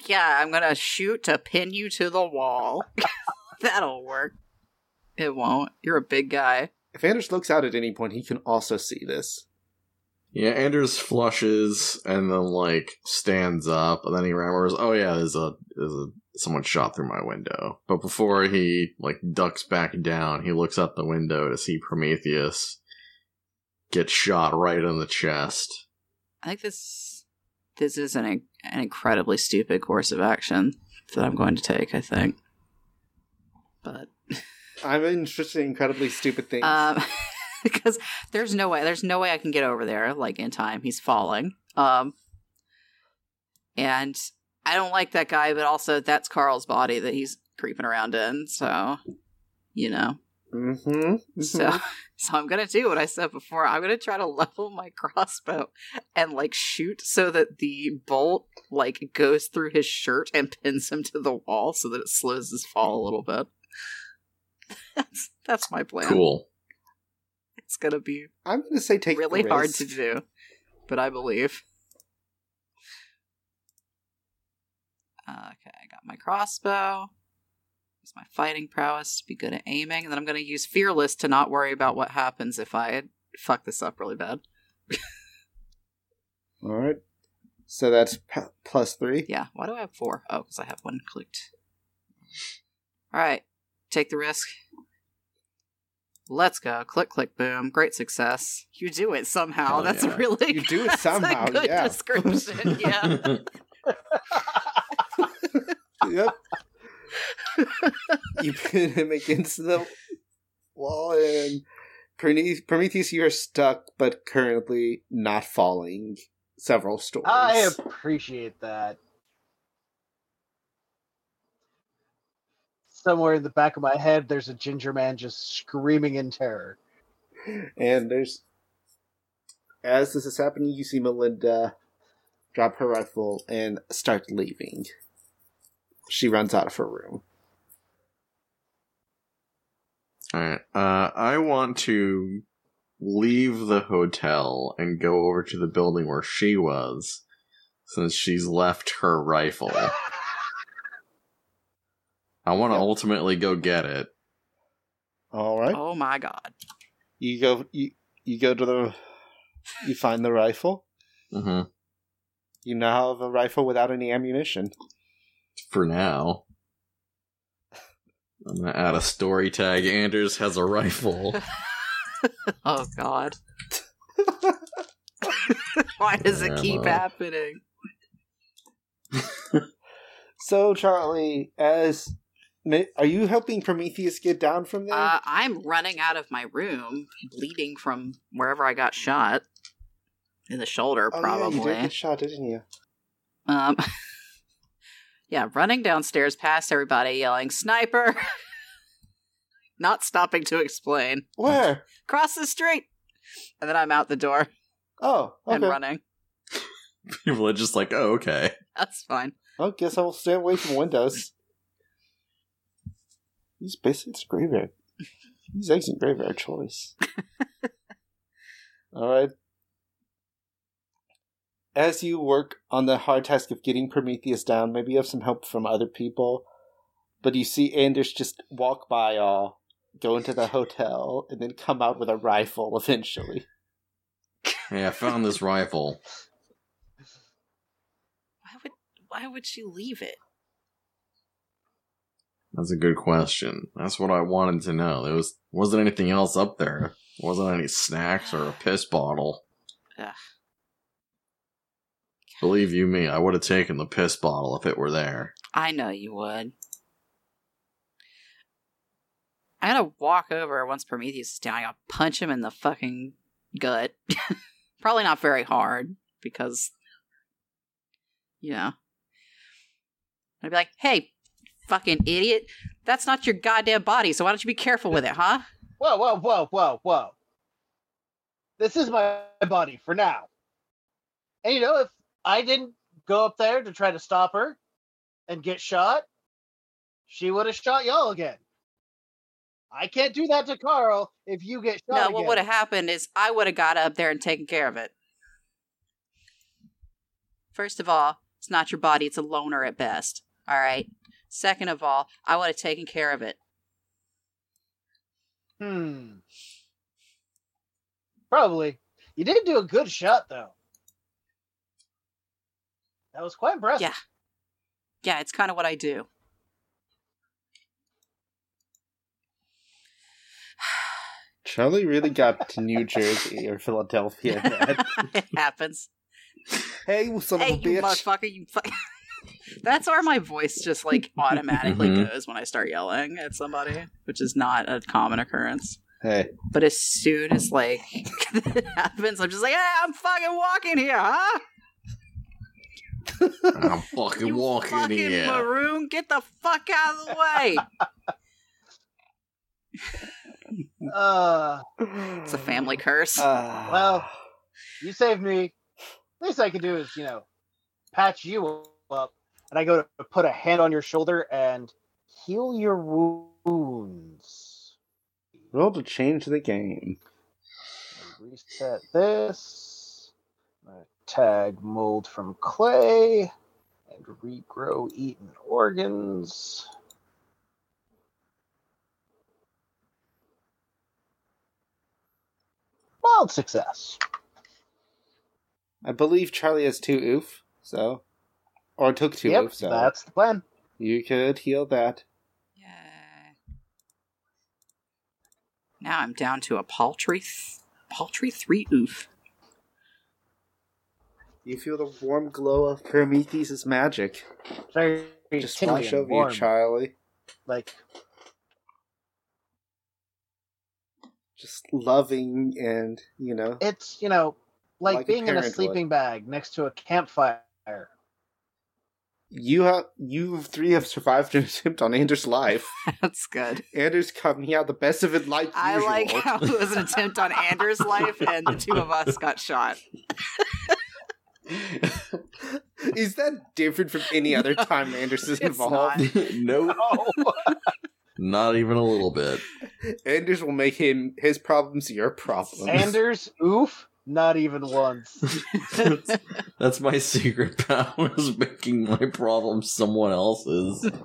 yeah, I'm gonna shoot to pin you to the wall. That'll work. It won't. You're a big guy. If Anders looks out at any point, he can also see this. Yeah, Anders flushes and then like stands up, and then he remembers, oh yeah, there's a there's a someone shot through my window. But before he like ducks back down, he looks out the window to see Prometheus get shot right in the chest. I think this this is an an incredibly stupid course of action that I'm going to take. I think, but I'm interested in incredibly stupid things. um, because there's no way there's no way I can get over there like in time. He's falling. Um, and I don't like that guy, but also that's Carl's body that he's creeping around in. So, you know, mm-hmm, so so I'm gonna do what I said before. I'm gonna try to level my crossbow and like shoot so that the bolt like goes through his shirt and pins him to the wall so that it slows his fall a little bit. that's that's my plan. Cool. It's gonna be I'm going to say take really the hard risk. to do, but I believe. Okay, I got my crossbow. Use my fighting prowess to be good at aiming, and then I'm going to use fearless to not worry about what happens if I fuck this up really bad. All right. So that's p- plus three. Yeah, why do I have four? Oh, because I have one clicked. All right, take the risk. Let's go. Click, click, boom. Great success. You do it somehow. Hell that's yeah. really You do it that's somehow, a good yeah. description. Yeah. Yep. you pin him against the wall, and Prone- Prometheus, you are stuck, but currently not falling several stories. I appreciate that. Somewhere in the back of my head, there's a ginger man just screaming in terror. And there's, as this is happening, you see Melinda drop her rifle and start leaving. She runs out of her room. Alright. Uh I want to leave the hotel and go over to the building where she was since she's left her rifle. I want to Yep. ultimately go get it. All right, Oh my god. you go. You you go to the. You find the rifle. hmm You now have a rifle without any ammunition. For now, I'm gonna add a story tag. Anders has a rifle. Oh god. Why does it keep Ammo. happening? So Charlie, as Ma- Are you helping Prometheus get down from there? Uh, I'm running out of my room, bleeding from wherever I got shot in the shoulder, oh, probably. Yeah, you did get shot, didn't you? Um, yeah, running downstairs past everybody, yelling "sniper," not stopping to explain. Where? Cross the street, and then I'm out the door Oh, okay. and running. People are just like, oh, okay. That's fine. I Oh, guess I will stay away from windows. He's basically it's graveyard. He's exit graveyard choice. All right. As you work on the hard task of getting Prometheus down, maybe you have some help from other people, but you see Anders just walk by all, go into the hotel, and then come out with a rifle eventually. Hey, I found this rifle. Why would why would she leave it? That's a good question. That's what I wanted to know. There was wasn't anything else up there. Wasn't any snacks or a piss bottle. Ugh. Believe you me, I would have taken the piss bottle if it were there. I know you would. I'm gonna walk over once Prometheus is down. I'm gonna punch him in the fucking gut. Probably not very hard because, you know, I'd be like, "Hey, fucking idiot! That's not your goddamn body. So why don't you be careful with it, huh?" Whoa, whoa, whoa, whoa, whoa. This is my body for now. And you know, if I didn't go up there to try to stop her and get shot, she would have shot y'all again. I can't do that to Carl if you get shot. No, again. what would have happened is I would have got up there and taken care of it. First of all, it's not your body, it's a loner at best. All right. Second of all, I would have taken care of it. Hmm. Probably. You did do a good shot, though. That was quite impressive. Yeah. Yeah, it's kind of what I do. Charlie really got to New Jersey or Philadelphia. man. it happens. Hey, you son hey, of a you bitch. motherfucker, you fuck. That's where my voice just like automatically Mm-hmm. Mhm. goes when I start yelling at somebody, which is not a common occurrence. hey. But as soon as like it happens, I'm just like, hey, I'm fucking walking here, huh? I'm fucking you walking fucking here. maroon, get the fuck out of the way. Uh, it's a family curse. Ah. Well, you saved me. Least I could do is, you know, patch you up, and I go to put a hand on your shoulder and heal your wounds. roll to change the game. Reset this. I'm gonna Tag mold from clay and regrow eaten organs. Mild success. I believe Charlie has two oof, so or took two uh, yep, oof, so that's the plan. you could heal that. Yeah. Now I'm down to a paltry, th- paltry three oof. You feel the warm glow of Prometheus' magic Very just tingly wash and over warm. you, Charlie. Like Just loving and you know it's you know like, Like a being in a parent would. sleeping bag next to a campfire. you have you three have survived an attempt on Anders' life. That's good. Anders coming out the best of it like usual. I like how it was an attempt on Anders' life, and the two of us got shot. Is that different from any other No, time Anders is it's involved? not. nope, Oh, not even a little bit. Anders will make him his problems your problems. Anders, oof, not even once. that's, that's my secret power is making my problem someone else's.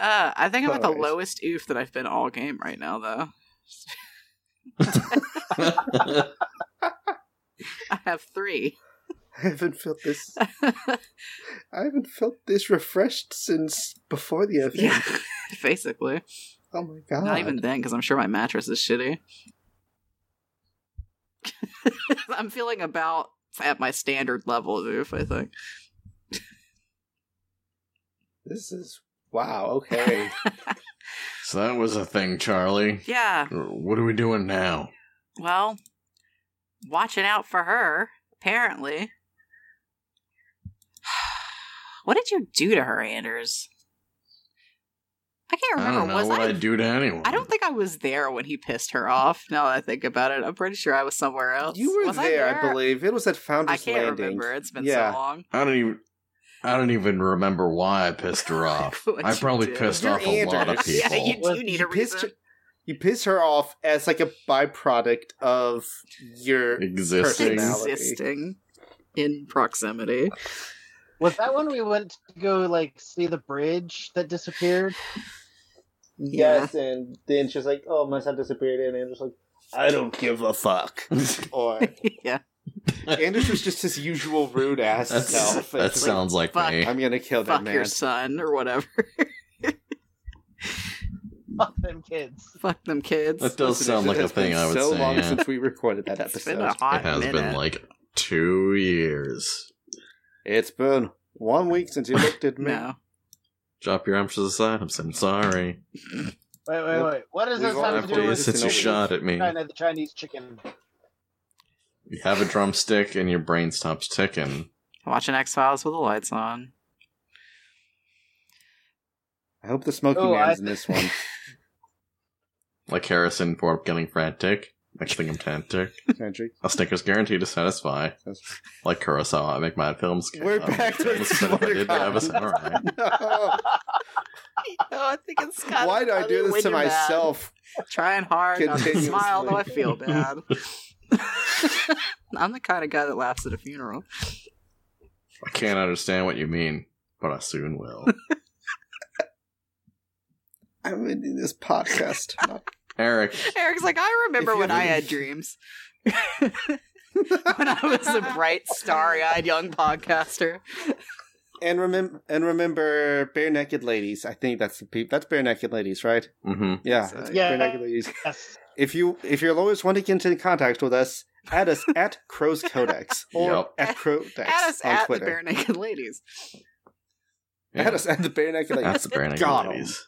Uh, I think I'm at the Alright. lowest oof that I've been all game right now, though. I have three. I haven't felt this. I haven't felt this refreshed since before the event. yeah, basically. Oh my god! Not even then, because I'm sure my mattress is shitty. I'm feeling about at my standard level of oof, I think. This is wow. Okay. So that was a thing, Charlie. Yeah. What are we doing now? Well, watching out for her, apparently. What did you do to her, Anders? I can't I remember. don't know was what I? I... would do to anyone. I don't think I was there when he pissed her off. Now that I think about it, I'm pretty sure I was somewhere else. you were Was there, I, believe. It was at I Founders can't Landing. remember. It's been Yeah. so long. I don't even. I don't even remember why I pissed her off. What I you probably did. pissed You're off a lot of Anders. people. Yeah, you Well, do need a pissed reason. her- you piss her off as like a byproduct of your Existing. personality. Existing in proximity. Was that when we went to go like see the bridge that disappeared? Yes, and then she's like, "Oh, my son disappeared," and Anders like, "I don't give a fuck." or Yeah. Anders was just his usual rude ass That's, self. that It's like, sounds like fuck. me. I'm gonna kill that Fuck man. your son or whatever. Fuck them kids. Fuck them That kids. does sound like a It's been thing I would so say. long yeah. since we recorded that It's been episode. a It hot has minute. been like two years. it's been one week since you looked at me. no. Drop your arms to the side. I'm so sorry. Wait, wait, wait. What does this We've only have Time, to played do with please, since this in you a shot at me. China, the Chinese chicken? You have a drumstick and your brain stops ticking. Watching X Files with the lights on. I hope the smoking Oh, I- man's in this one. Like Harrison for getting frantic. Next thing I'm frantic. Country. A Snickers guaranteed to satisfy. Like Kurosawa, I make my films. We're I'm back to famous, but if I did have a samurai. No. Oh, I think it's kind Why of do I funny do when this to you're mad. myself? Trying hard not to Continuously. smile, though I feel bad. I'm the kind of guy that laughs at a funeral. I can't understand what you mean, but I soon will. I'm in this podcast. Eric, Eric's like, I remember If you when I really- had dreams. when I was a bright, starry-eyed young podcaster. and remember, and remember, bare naked ladies. I think that's the peop That's bare naked ladies, right? mm-hmm. Yeah, So- that's Yeah. bare naked ladies. Yes. If you if your lawyers want to get into contact with us, add us at Crow's Codex or Yep. at Crowdex At us on at Twitter. the Bare Naked Ladies. Add us at the Bare Naked Ladies. That's the brand Got 'em. ladies.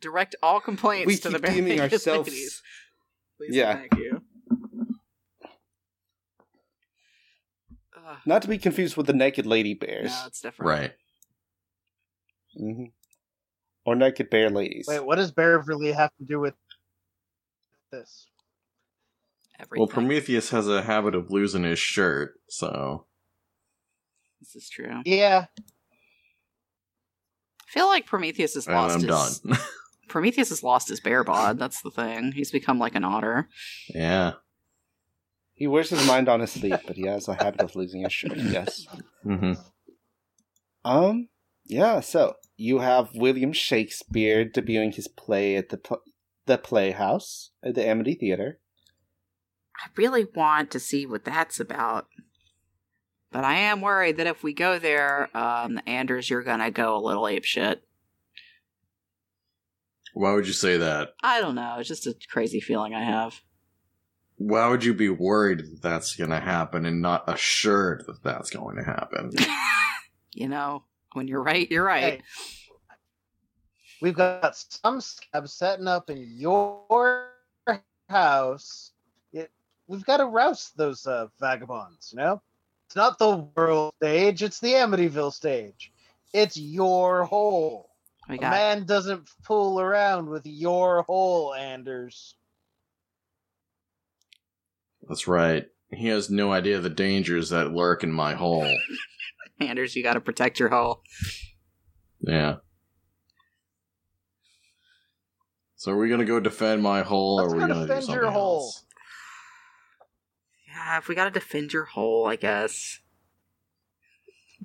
Direct all complaints we to keep the Bare deeming Naked ourselves. Ladies. Please Yeah. and thank you. Ugh, Not to be confused with the Naked Lady Bears. no, it's different. Right. hmm Or Naked Bear Ladies. Wait, what does Beverly have to do with this? Everything. Well, Prometheus has a habit of losing his shirt, so This is true. Yeah. I feel like Prometheus has and lost I'm his done. Prometheus has lost his bear bod. That's the thing. He's become like an otter. yeah. He wears his mind on his sleeve, but he has a habit of losing his shirt. Yes. Mm-hmm. Um. Yeah. So you have William Shakespeare debuting his play at the pl- the Playhouse at the Amity Theater. I really want to see what that's about. But I am worried that if we go there, um, Anders, you're gonna go a little ape shit. Why would you say that? I don't know. It's just a crazy feeling I have. Why would you be worried that that's going to happen and not assured that that's going to happen? you know, when you're right, you're right. Hey. We've got some scab setting up in your house. It, we've got to rouse those uh, vagabonds, you know? It's not the world stage, it's the Amityville stage. It's your hole. We A got man doesn't fool around with your hole, Anders. That's right. He has no idea the dangers that lurk in my hole. Anders. You got to protect your hole. Yeah. So are we gonna go defend my hole, or Let's are we go gonna do defend something your hole. else? Yeah, if we got to defend your hole, I guess.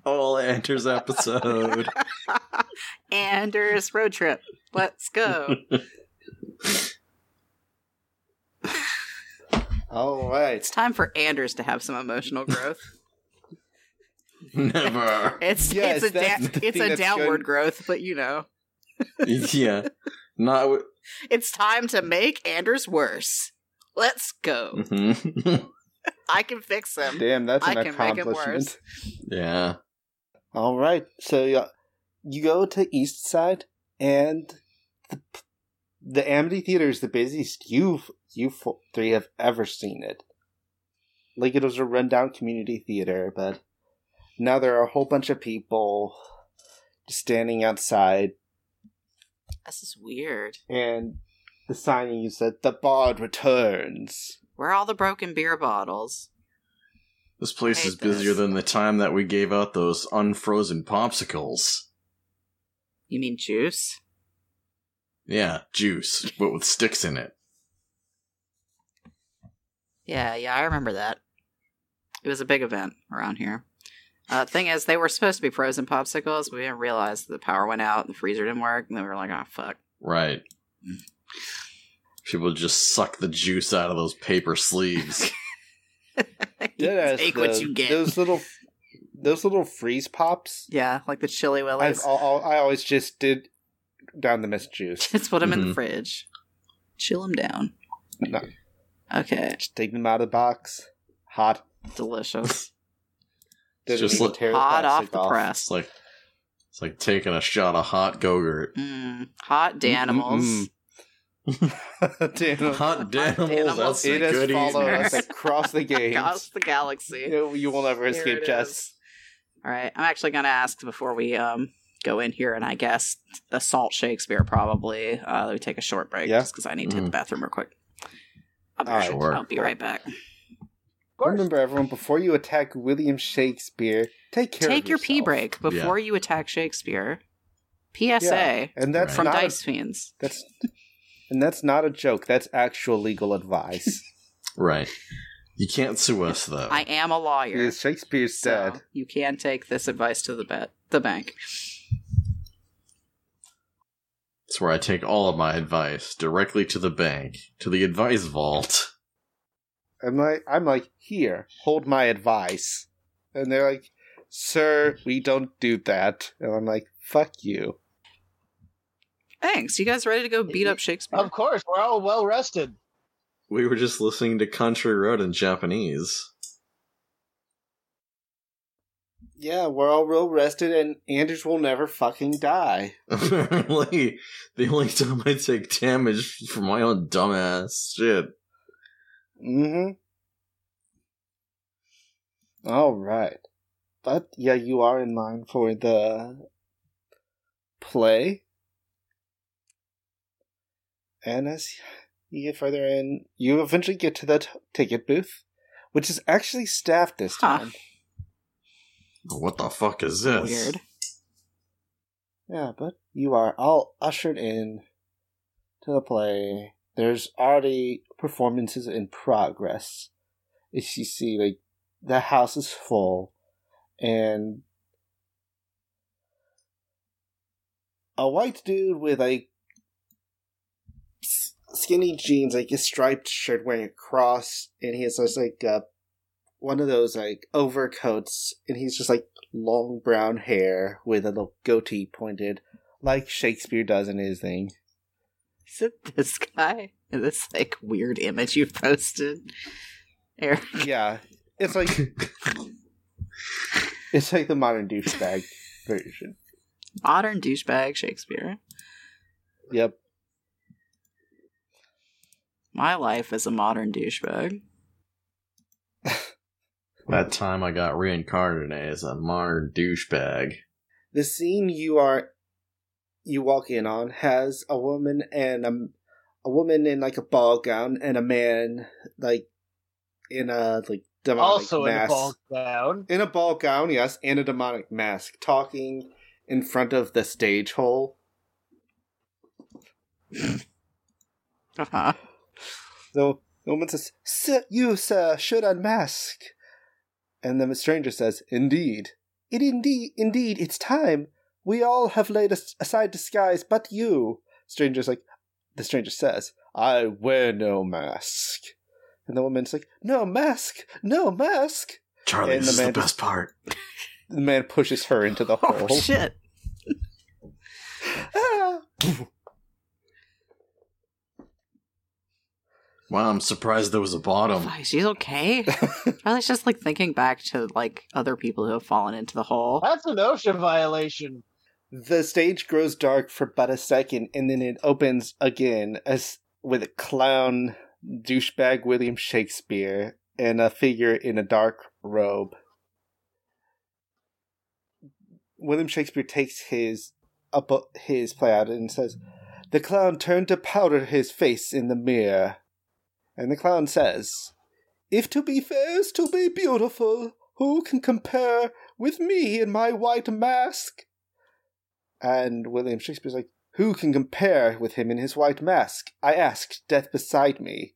All enters episode. Anders road trip. Let's go. All right. It's time for Anders to have some emotional growth. Never. It's Yes, it's a da- that's the it's thing a that's downward going- growth, but you know, yeah. Not. W- it's time to make Anders worse. Let's go. Mhm. I can fix him. Damn, that's I an can make it accomplishment. worse. yeah. All right. So yeah, you go to East Side, and the, the Amity Theater is the busiest you've you fo- three have ever seen it. Like it was a rundown community theater, but now there are a whole bunch of people standing outside, This is weird. and the signing is that the bard returns. Where are all the broken beer bottles? This place Hate is busier this. than the time that we gave out those unfrozen popsicles. You mean juice? Yeah, juice, but with sticks in it. Yeah, yeah, I remember that. It was a big event around here. Uh, thing is, they were supposed to be frozen popsicles. but We didn't realize the power went out, the freezer didn't work, and then we were like, oh, fuck. Right. People just suck the juice out of those paper sleeves. You Deadass, Take what though, you get. Those little, those little freeze pops. Yeah, like the chili I've, willies. al- al- I always just did down the mist juice. Just put them in the Mhm. fridge. Chill them down. Mm-hmm. No. Okay, Just take them out of the box. Hot. delicious. It's Doesn't just even like- tear the Hot off plastic the it's press. like it's like taking a shot of hot gogurt. Mm, hot Danimals. Damn. Hot Hot damn, animals. that's a It has good followed evening. us across the games. Across the galaxy. You you will never Here escape it us. is. All right. I'm actually going to ask before we um, go in here, and I guess assault Shakespeare probably. Uh, let me take a short break Yeah. just because I need to hit the Mhm. bathroom real quick. I'll be, All right, right. I'll be right back. Of course. Remember, everyone, before you attack William Shakespeare, take care Take of your pee yourself. break before you attack Shakespeare. PSA And that's from not Dice Fiends. A, that's and that's not a joke. That's actual legal advice. Right. You can't sue us though. I am a lawyer. Because Shakespeare's so dead. You can take this advice to the bet the bank. It's where I take all of my advice directly to the bank, to the advice vault. I'm like, I'm like, here, hold my advice. And they're like, sir, we don't do that. And I'm like, fuck you. Thanks. You guys ready to go beat up Shakespeare? Of course, we're all well rested. We were just listening to Country Road in Japanese. Yeah, we're all real rested, and Anders will never fucking die. Apparently, the only time I take damage from my own dumbass shit. Mm-hmm. All right, but yeah, you are in line for the play, and as you get further in, you eventually get to the t- ticket booth, which is actually staffed this Huh. time. What the fuck is this? Weird. Yeah, but you are all ushered in to the play. There's already performances in progress. As you see, like the house is full, and a white dude with a s- skinny jeans, like a striped shirt, wearing a cross, and he has this, like uh, one of those like overcoats, and he's just like long brown hair with a little goatee pointed, like Shakespeare does in his thing. Is it this guy? Is this like weird image you posted? Eric. Yeah, it's like it's like the modern douchebag version. Modern douchebag Shakespeare. Yep. My life is a modern douchebag. That time I got reincarnated as a modern douchebag. The scene you are you walk in on has a woman and a a woman in like a ball gown and a man like in a like demonic also in mask. the ball gown. in a ball gown, yes, and a demonic mask, talking in front of the stage hole. Uh-huh. The, the woman says, sir, You, sir, should unmask. And the stranger says, Indeed. It indeed, indeed, it's time. We all have laid as- aside disguise but you. Stranger's like, The stranger says, I wear no mask. And the woman's like, No mask, no mask. Charlie, And this the is man the best just- part. The man pushes her into the Oh, hole. shit. Ah! Wow, I'm surprised there was a Oh. bottom. Fuck, she's okay. I was just like thinking back to like other people who have fallen into the hole. That's an OSHA violation. The stage grows dark for but a second, and then it opens again as with a clown douchebag William Shakespeare and a figure in a dark robe. William Shakespeare takes his up his play out and says, "The clown turned to powder his face in the mirror," and the clown says, "If to be fair is to be beautiful, who can compare with me in my white mask?" And William Shakespeare's like, "Who can compare with him in his white mask? I asked death beside me."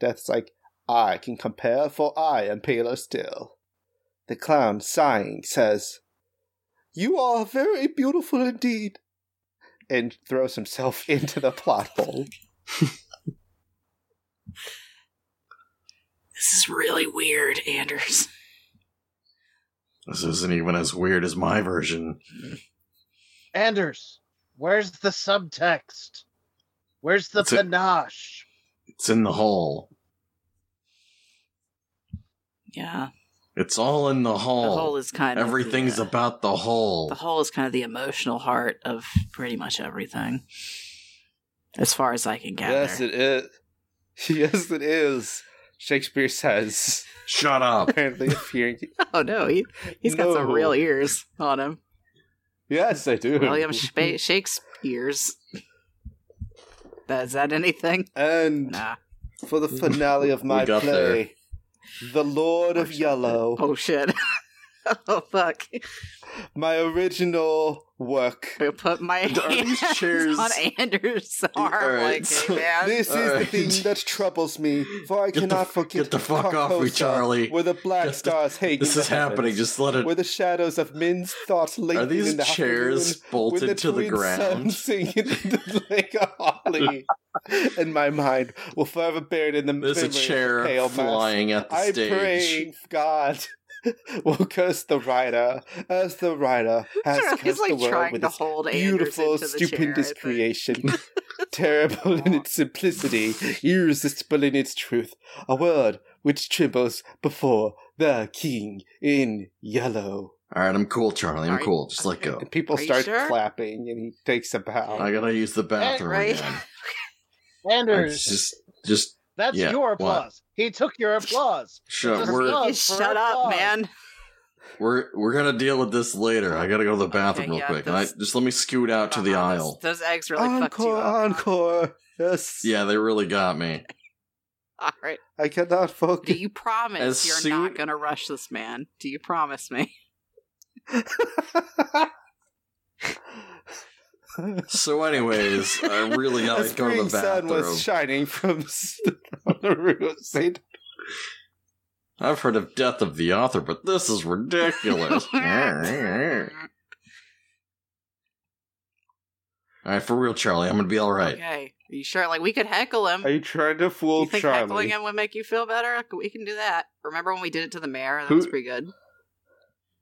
Death's like, "I can compare, for I am paler still." The clown, sighing, says. You are very beautiful indeed. And throws himself into the plot hole. This is really weird, Anders. This isn't even as weird as my version. Anders, where's the subtext? Where's the It's a- panache? It's in the hole. Yeah. It's all in the The hole. Oh. hole is kind of. Everything's the, about the hole. The hole is kind of the emotional heart of pretty much everything, as far as I can gather. Yes, it is. Yes, it is. Shakespeare says, Shut up. apparently appearing. oh, no. He, he's got some No. real ears on him. yes, I do. William Spa- Shakespeare's. That- Is that anything? And Nah. for the finale of my We got play, The Lord of Or Yellow, Oh, shit. oh, fuck. oh. my original work. I put my Are these hands chairs- on Anders' arm like, Alright, hey, so man. This is Alright. the thing that troubles me, for I uh, Get the- cannot forget. get the fuck off me, Carcosa, Charlie. Where the black Get the- stars hang This in is the heavens. happening. Just let it. where the shadows of men's thoughts Are lengthen these in the chairs afternoon, bolted when the to the twin sun ground? sinking into Lake Holly, and my mind will forever buried in the There's memory a of the chair pale flying at the Mask. I stage. pray God will curse the writer as the writer has He's cursed like the world trying with to his hold beautiful, Anders into the stupendous chair, I think. creation. Terrible in its simplicity, irresistible in its truth. A word which trembles before the king in yellow. All right, I'm cool, Charlie. I'm Are you- cool. Just let go. And people Are you start sure? clapping, and he takes a bow. I gotta use the bathroom Right. again. I Anders, just, just that's yeah, your what? applause. He took your applause. shut. Just We're go. You Fuck, shut fuck, up, fuck. man. we're we're gonna deal with this later. I gotta go to the bathroom real Okay, yeah, quick. And I, those- just let me scoot out to the Uh-huh, aisle. Those, those eggs really fucked you Uh, encore, up. encore. Yes. Yeah, they really got me. All right. I cannot Do focus. you promise As you're soon- not going to rush this man? Do you promise me? So, anyways, I really The gotta go to spring the sun bathroom. was shining from s- on the roof. Saint I've heard of Death of the Author, but this is ridiculous. All right, for real, Charlie, I'm gonna be all right. Okay. Are you sure? Like, we could heckle him. Are you trying to Do fool you think heckling Charlie? him would make you feel better? We can do that. Remember when we did it to the mayor? That Who- was pretty good.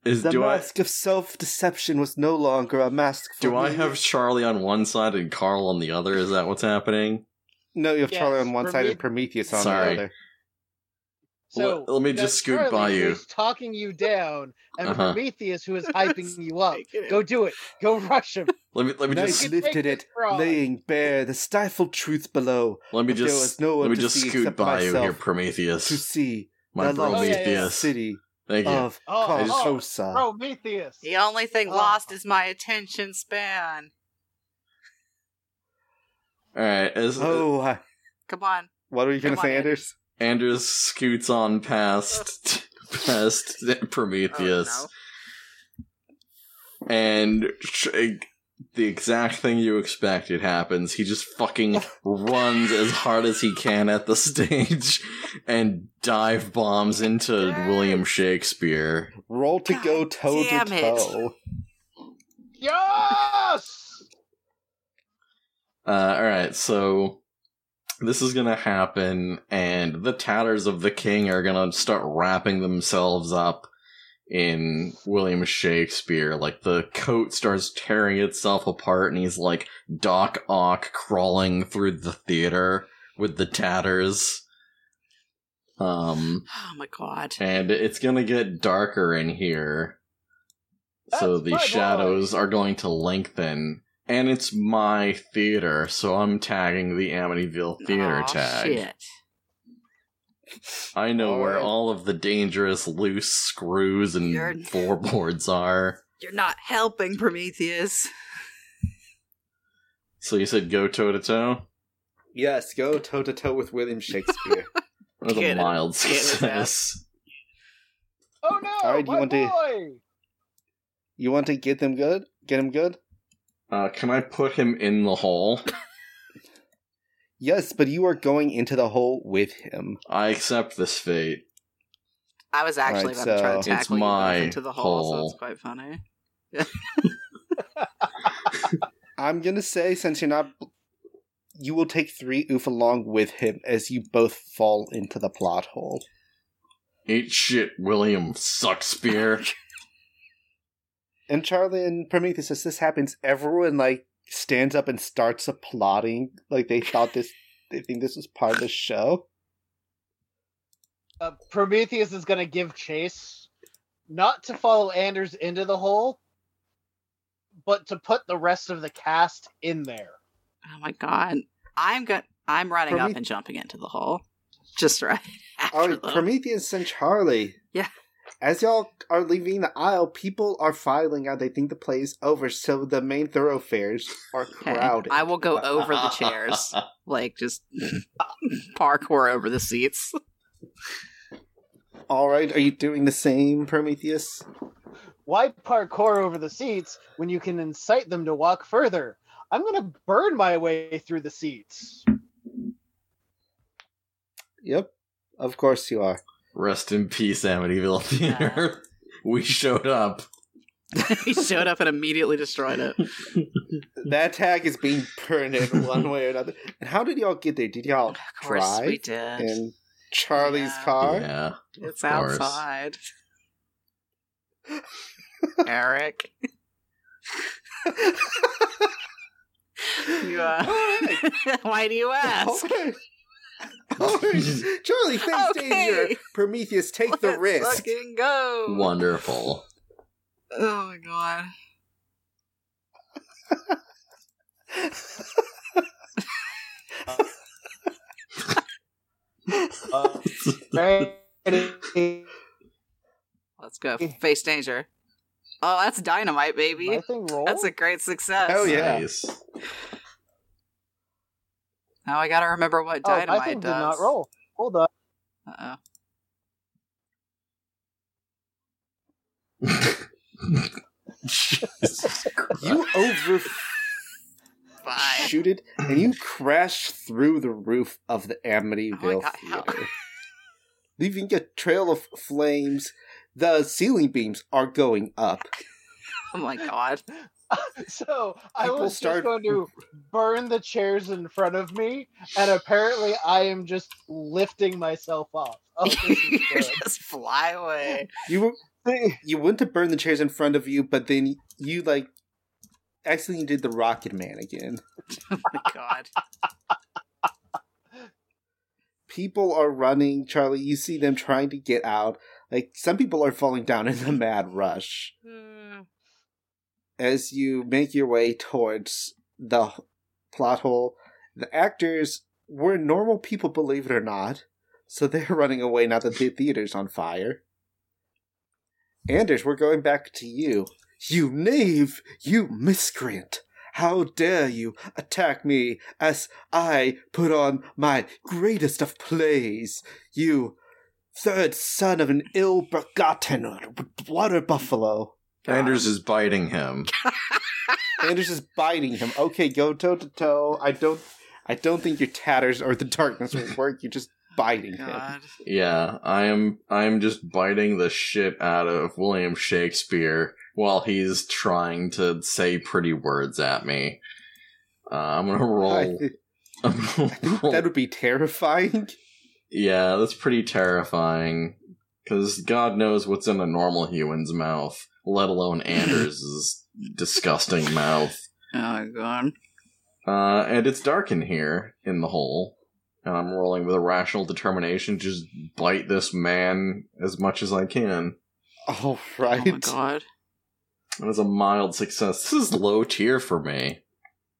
Is The do I mask of self-deception was no longer a mask. For do I me. have Charlie on one side and Carl on the other? Is that what's happening? No, you have Charlie Yes, on one side and Prometheus on Sorry. the other. So Let- let me that's just scoot Charlie by you. Who's talking you down, and Uh-huh. Prometheus who is hyping you up. Taking it. Oh, Go do it. Go rush him. Let me let me Night just Nice. lifted it, Fraud. laying bare the stifled truth below. let me If there just was no let one me to just see scoot except by you here, myself To Prometheus. see My the lost Oh, yeah, yeah, Prometheus. yeah. city Thank you. of Oh, I just- Carcosa. Prometheus. The only thing Oh. lost is my attention span. all right, as Oh, I- Come on. what are you going to Come on, say, Anders? Anders scoots on past past Prometheus. Oh, no. and tr- the exact thing you expected happens. He just fucking runs as hard as he can at the stage and dive bombs into William Shakespeare. Roll to go toe to damn it. toe. Yes. Uh, all right, so this is gonna happen, and the tatters of the king are gonna start wrapping themselves up in William Shakespeare. Like the coat starts tearing itself apart, and he's like Doc Ock crawling through the theater with the tatters. Um, Oh, my God. and it's gonna get darker in here. so That's the my boy. shadows are going to lengthen, and it's my theater, so I'm tagging the Amityville theater Aw, tag. Oh, Shit. I know where Alright. all of the dangerous loose screws and You're- floorboards are. You're not helping Prometheus. So you said go toe to toe? Yes, go toe to toe with William Shakespeare. That was Get a it. mild Get it, success. Oh no! All right, you my want to- boy! you want to get them good? Get them good? Uh, can I put him in the hole? Yes, but you are going into the hole with him. I accept this fate. I was actually Alright, about to try to so- tackle It's you both my into the hole, so hole. it's quite funny. I'm gonna say since you're not, you will take three oof along with him as you both fall into the plot hole. Eat shit, William Suckspear. And Charlie and Prometheus, as this happens, everyone like stands up and starts applauding, like they thought this, they think this was part of the show. Uh, Prometheus is gonna give chase, not to follow Anders into the hole, but to put the rest of the cast in there. Oh my god. I'm go- I'm running up Prometheus- and jumping into the hole. Just right. After All right, them. Prometheus and Charlie. Uh-huh. Yeah. As y'all are leaving the aisle, people are filing out. They think the play is over, so the main thoroughfares are Okay. crowded. I will go over the chairs. Like just parkour over the seats. All right, are you doing the same, Prometheus? Why parkour over the seats when you can incite them to walk further? I'm gonna burn my way through the seats. Yep. Of course you are. Rest in peace, Amityville Theater. we showed up. he showed up and immediately destroyed it. Hmm. That tag is being burned in one way or another. And how did y'all get there? Did y'all Of course we Drive did. in Charlie's Yeah. car? Yeah. It's Of course. outside. Eric. You, uh, why do you ask? Okay. Alright. Charlie, face Okay. danger. Prometheus, take the Let's risk. fucking go. Wonderful. Oh my god. Uh, ready? Let's go. Face danger. Oh, that's dynamite, baby. My thing roll? That's a great success. Hell Oh, yeah. Nice. Now I gotta remember what Oh, my dynamite thing did does. not roll. Hold on. Uh-oh. Jesus Christ. You over Bye. shoot it, and you crash through the roof of the Oh Amityville my God, Theater, leaving a trail of flames. The ceiling beams are going up. Oh my god. So I People was start- just going to burn the chairs in front of me, and apparently I am just lifting myself off. Oh, this is you good. just fly away. You you went to burn the chairs in front of you, but then you like accidentally did the Rocket Man again. Oh my god. People are running, Charlie. You see them trying to get out. Like some people are falling down in a mad rush. Mm. as you make your way towards the h- plot hole, the actors were normal people, believe it or not. So they're running away now that the theater's on fire. Anders, we're going back to you. You knave! You miscreant! How dare you attack me as I put on my greatest of plays! You third son of an ill begotten water buffalo! Anders is biting him. Anders is biting him. Okay, go toe to toe. I don't, I don't think your tatters or the darkness will work. You're just biting him. Oh God. Yeah, I am I am just biting the shit out of William Shakespeare while he's trying to say pretty words at me. Uh, I'm gonna roll. I- I'm gonna roll- that would be terrifying. Yeah, that's pretty terrifying. Because God knows what's in a normal human's mouth, let alone Anders' disgusting mouth. Oh my god. Uh, and it's dark in here, in the hole. And I'm rolling with a rational determination to just bite this man as much as I can. Oh All my right. god. That was a mild success. This is low tier for me.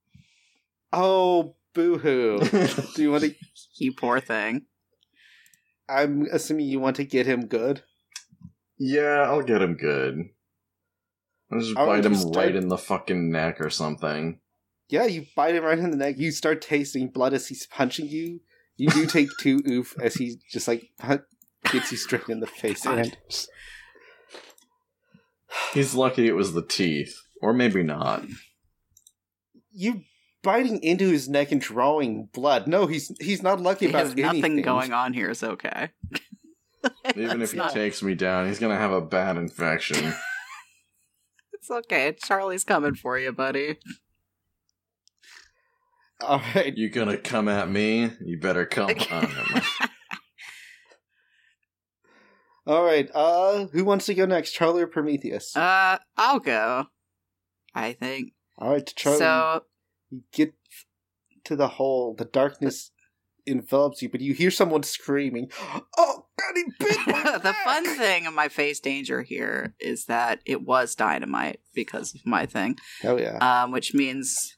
Oh, boo-hoo. Do you want to? You poor thing. I'm assuming you want to get him good. Yeah, I'll get him good. I'll just I'll bite him just right type- in the fucking neck or something. Yeah, you bite him right in the neck. You start tasting blood as he's punching you. You do take two oof as he just like pun- gets you straight in the face. God. And He's lucky it was the teeth. Or maybe not. you biting into his neck and drawing blood. No, he's he's not lucky He about has nothing anything. going on here is okay. Even if That's he not- takes me down, he's gonna have a bad infection. It's okay. Charlie's coming for you, buddy. All right, you gonna come at me? You better come Oh, on him. all right. Uh, who wants to go next, Charlie or Prometheus? Uh, I'll go. I think all right, Charlie. so. You get to the hole. The darkness envelops you, but you hear someone screaming. Oh God, he bit my the fun neck!" thing of my face danger here is that it was dynamite because of my thing, Oh yeah. um, which means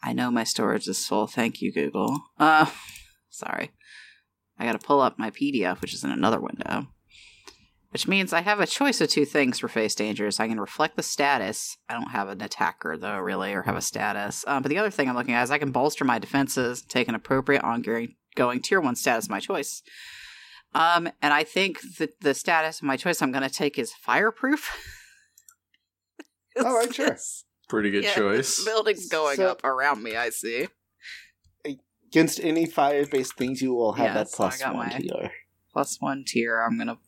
I know my storage is full. Thank you, Google. Uh, sorry, I got to pull up my PDF, which is in another window. Which means I have a choice of two things for face dangers. I can reflect the status. I don't have an attacker though, really, or have a status. Um, but the other thing I'm looking at is I can bolster my defenses, take an appropriate ongoing going tier one status of my choice. Um, and I think that the status of my choice I'm going to take is fireproof. All right, sure. It's- Pretty good yeah, choice. Buildings going So- up around me. I see. Against any fire-based things, you will have Yeah, that so I plus got one my- to your. plus one tier I'm gonna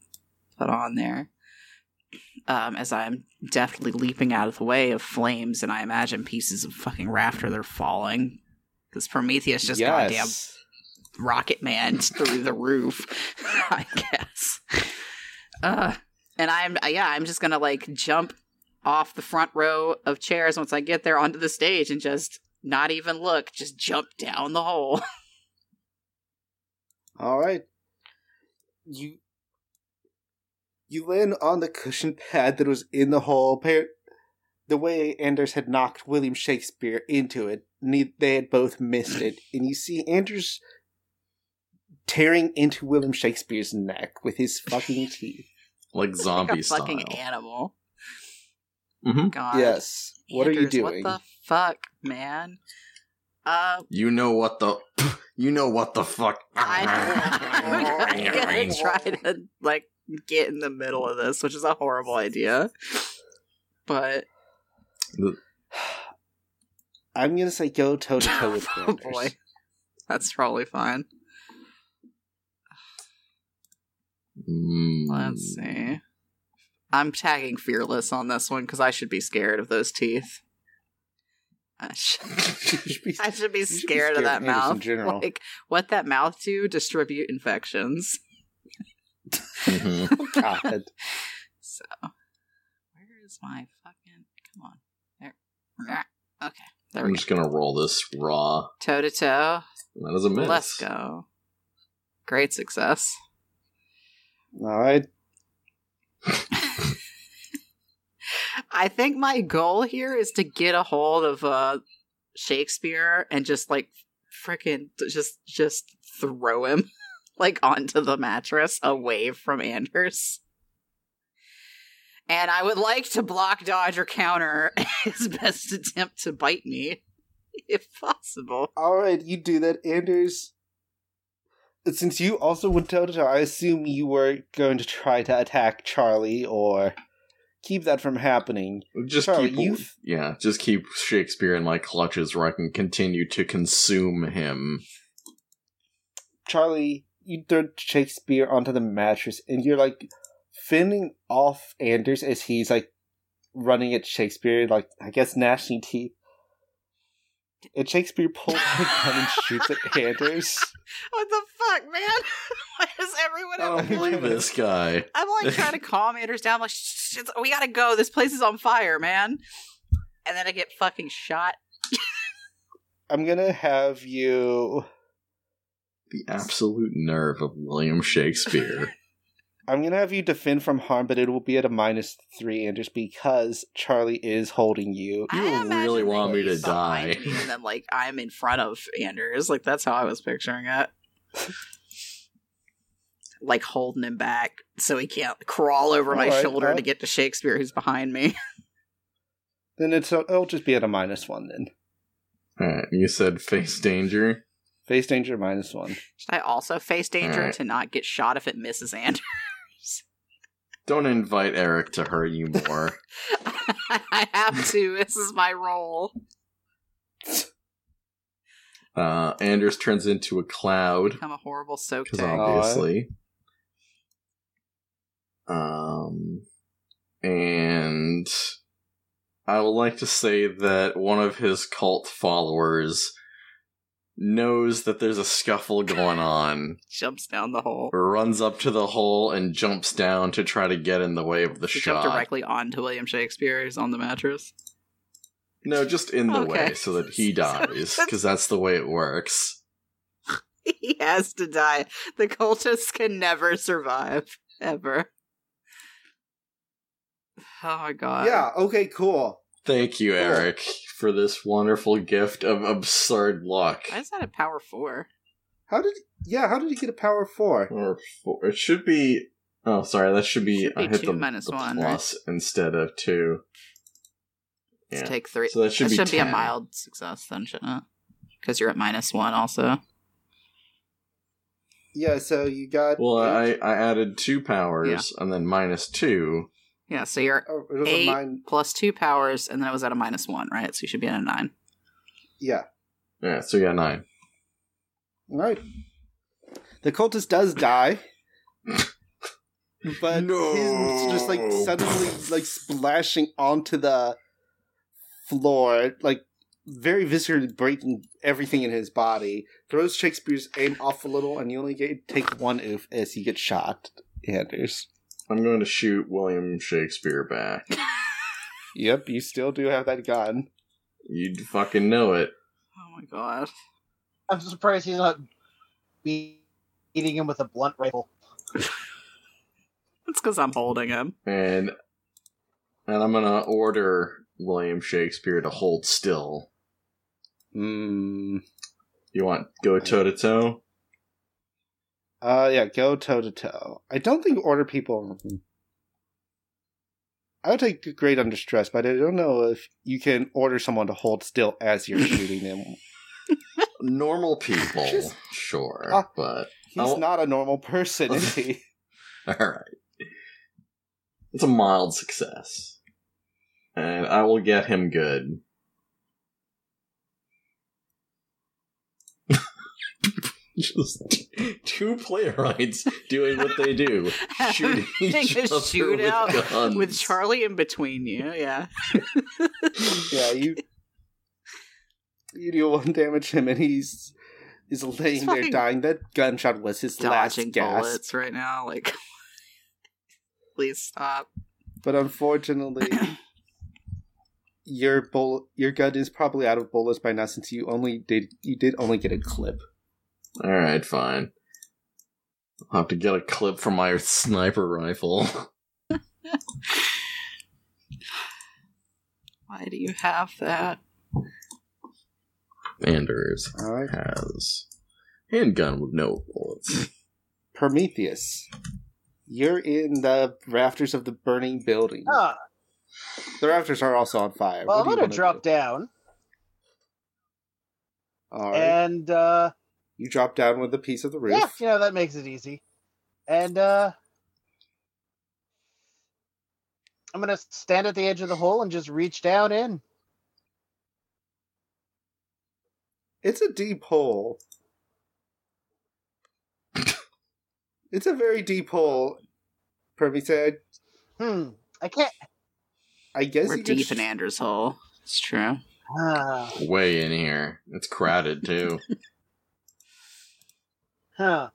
put on there. Um, as I'm deftly leaping out of the way of flames, and I imagine pieces of fucking rafter that are falling. Because Prometheus just goddamn rocket man through the roof, I guess. Uh, and I'm yeah, I'm just gonna like jump off the front row of chairs once I get there onto the stage and just not even look, just jump down the hole. All right. You you land on the cushion pad that was in the hole. Par- the way Anders had knocked William Shakespeare into it, ne- they had both missed it, and you see Anders tearing into William Shakespeare's neck with his fucking teeth. Like like zombie a style. fucking animal. Mhm. God. Yes. What are you Anders, doing? What the fuck, man? Uh, You know what the you know what the fuck I, I'm gonna try to like get in the middle of this, which is a horrible idea. But I'm gonna say go toe to toe with oh Anders. boy, that's probably fine. Mm. Let's Hmm. see. I'm tagging fearless on this one because I should be scared of those teeth. I should, You should be- I should be should be scared of scared of that Anders in mouth. general. Like what that mouth do? Distribute infections. Mhm. God. So, where is my fucking? Come on, there. Okay, there we I'm go. just gonna roll this raw. Toe to toe. That is a miss. Let's go. Great success. All right. I think my goal here is to get a hold of uh Shakespeare and just like freaking just just throw him like onto the mattress away from Anders. And I would like to block, dodge, or counter his best attempt to bite me, if possible. All right, you do that, Anders. Since you also went toe to toe, I assume you were going to try to attack Charlie or keep that from happening. Just Charlie, keep you- yeah, just keep Shakespeare in my clutches where I can continue to consume him. Charlie, you throw Shakespeare onto the mattress, and you're like fending off Anders as he's like running at Shakespeare, like I guess gnashing teeth. And Shakespeare pulls a gun and shoots at Anders. What the fuck, man? Why does everyone I have don't believe this guy. I'm like trying to calm Anders down. I'm like, "Shh, shh, it's- we gotta go. This place is on fire, man. And then I get fucking shot. I'm gonna have you. The absolute nerve of William Shakespeare. I'm gonna have you defend from harm, but it will be at a minus three, Anders, because Charlie is holding you. You I imagine really that want me to he's behind die. me and then like I'm in front of Anders. Like that's how I was picturing it. like holding him back so he can't crawl over my Alright, shoulder alright. to get to Shakespeare, who's behind me. Then it's it'll just be at a minus one then. Alright, you said face danger. Face danger minus one. Should I also face danger Alright. to not get shot if it misses Anders? Don't invite Eric to hurt you more. I have to. This is my role. uh, Anders turns into a cloud. Become a horrible soak because tank. obviously. Um, and I would like to say that one of his cult followers knows that there's a scuffle going on, Jumps down the hole. runs up to the hole, and jumps down to try to get in the way of the He jumped shot. directly onto William Shakespeare. He's on the mattress. No, just in the Okay. way so that he dies, because that's the way it works. He has to die. The cultists can never survive. Ever. Oh my god. yeah, okay, cool. Thank you, Eric, for this wonderful gift of absurd luck. I just had a power four. How did yeah, how did you get a power four? Or four. It should be. Oh, sorry. That should be. Should be I hit two the, minus the one, plus instead of two. Let's Yeah. take three. So that should that be should be a 10. mild success then, shouldn't it? Because you're at minus one also. Yeah, so you got Well, I eight- I added two powers and then minus two. Yeah, so you're oh, it was eight. a mine plus two powers, and then it was at a minus one, right? So you should be at a nine. yeah. Yeah. So yeah, nine. All right. The cultist does die. But No. he's just like suddenly like splashing onto the floor, like very viscerally breaking everything in his body. Throws Shakespeare's aim off a little, and you only get take one oof as he gets shot. Anders. I'm going to shoot William Shakespeare back. Oh Yep, you still do have that gun. You would fucking know it. Oh my god. I'm surprised he's not be- beating him with a blunt rifle. It's because I'm holding him. And and I'm gonna order William Shakespeare to hold still. Mm. You want go toe to toe? Uh, yeah, go toe to toe. I don't think order people. Hmm. I would take great under stress, but I don't know if you can order someone to hold still as you're shooting them. Normal people, Just- sure, Ah. but He's Oh. not a normal person, is he? All right. It's a mild success. And I will get him good. Just two playwrights doing what they do. Shooting each Having a other shootout with guns. With Charlie in between you, yeah. yeah, you. You deal one damage him, and he's is laying there fucking dying. That gunshot was his last Dodging gasp. bullets right now. Like, please stop. But unfortunately, your bull your gun is probably out of bullets by now, since you only did you did only get a clip. All right, fine. I'll have to get a clip from my sniper rifle. Why do you have that? Anders All right, has handgun with no bullets. Prometheus, you're in the rafters of the burning building. Ah, The rafters are also on fire. What well, I'm do you gonna wanna drop do? down All right, and uh, you drop down with a piece of the roof. yeah, you know that makes it easy. And uh, I'm gonna stand at the edge of the hole and just reach down in. It's a deep hole. it's a very deep hole. Pervy said, Hmm, I can't. I guess We're you could deep sh- in Anders' hole. It's true. Ah, Way in here. It's crowded too. huh.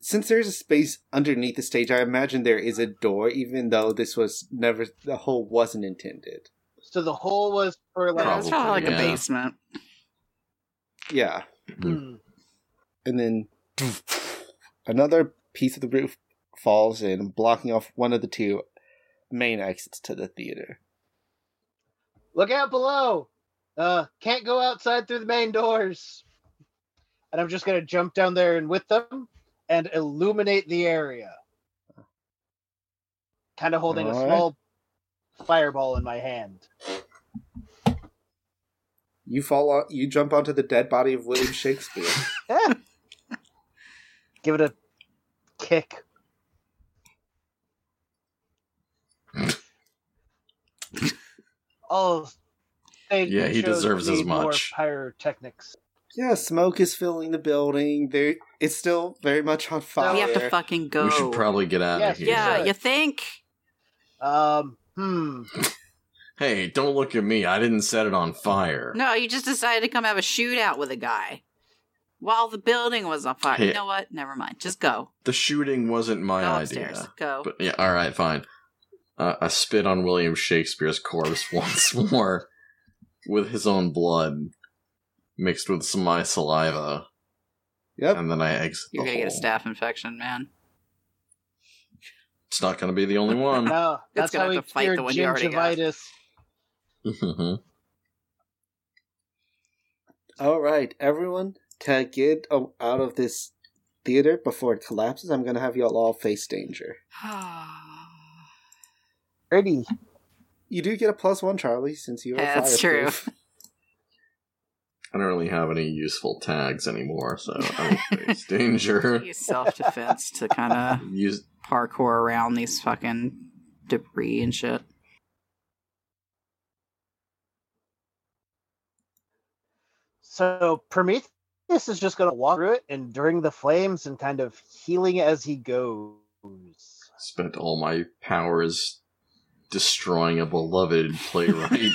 Since there's a space underneath the stage, I imagine there is a door, even though this was never, the hole wasn't intended. So the hole was for like. It's probably Probably, like a yeah. basement. Yeah. Hmm. And then another piece of the roof falls in, blocking off one of the two main exits to the theater. Look out below. Uh, can't go outside through the main doors. And I'm just gonna jump down there and with them and illuminate the area. Kind of holding a Alright. small fireball in my hand. You fall. On, you jump onto the dead body of William Shakespeare. Give it a kick. All stage Yeah, he Oh, shows deserves as need more much. Pyrotechnics. yeah, smoke is filling the building. There, it's still very much on fire. we have to fucking go. We should probably get out Yes, of here. yeah, should. you think? Um, hmm. Hey, don't look at me. I didn't set it on fire. No, you just decided to come have a shootout with a guy while the building was on fire. Hey. You know what? Never mind. Just go. The shooting wasn't my go idea. upstairs. Go. But yeah, all right, fine. Uh, I spit on William Shakespeare's corpse once more with his own blood mixed with some of my saliva, Yep. and then I exit. You're the gonna get a hole. staph infection, man. It's not going to be the only one. No, that's gonna how have we to fight the cured one you already got. gingivitis. Mhm. All right, everyone, to get o- out of this theater before it collapses, I'm gonna have y'all all face danger. Pretty. You do get a plus one, Charlie, since you are Yeah, that's fireproof. I don't really have any useful tags anymore, so I don't face danger. Use self defense to kind of Use parkour around these fucking debris and shit. So Prometheus is just gonna walk through it, and during the flames, and kind of healing as he goes. spent all my powers destroying a beloved playwright.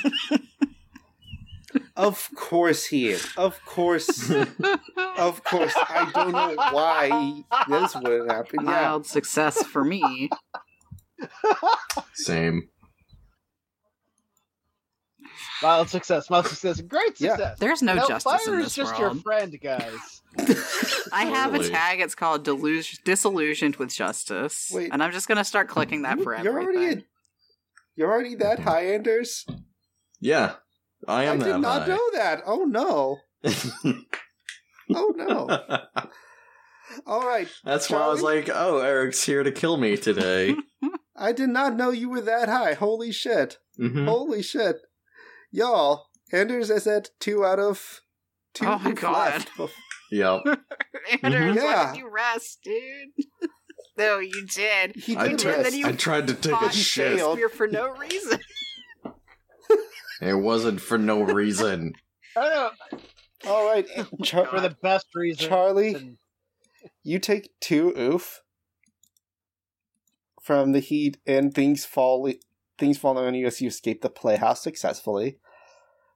Of course he is. Of course. Of course. I don't know why this wouldn't happen. Yeah. Mild success for me. Same. Mild success, mild success, great Yeah. success. There's no, Now, justice fire in is this just world. your friend, guys. I have a Totally. tag. It's called delus- disillusioned with justice, Wait. and I'm just gonna start clicking that for You're everything. already in, You're already that high, Anders? Yeah, I am did that not high. know that. Oh no. Oh no. all right. That's why I was Charlie? like, "Oh, Eric's here to kill me today." I did not know you were that high. Holy shit. Mhm. Holy shit. Y'all, Anders is at two out of two. Oh my left. God. Yep. Anders, Mm-hmm. why Yeah. did you rest, dude? no, you did. He I You did did, rest. then you I tried to take a fought shit. failed. Shakespeare for no reason. It wasn't for no reason. I don't know All right. Char- for the best reason. Charlie. And You take two oof from the heat, and things fall. Things fall on you as you escape the playhouse successfully.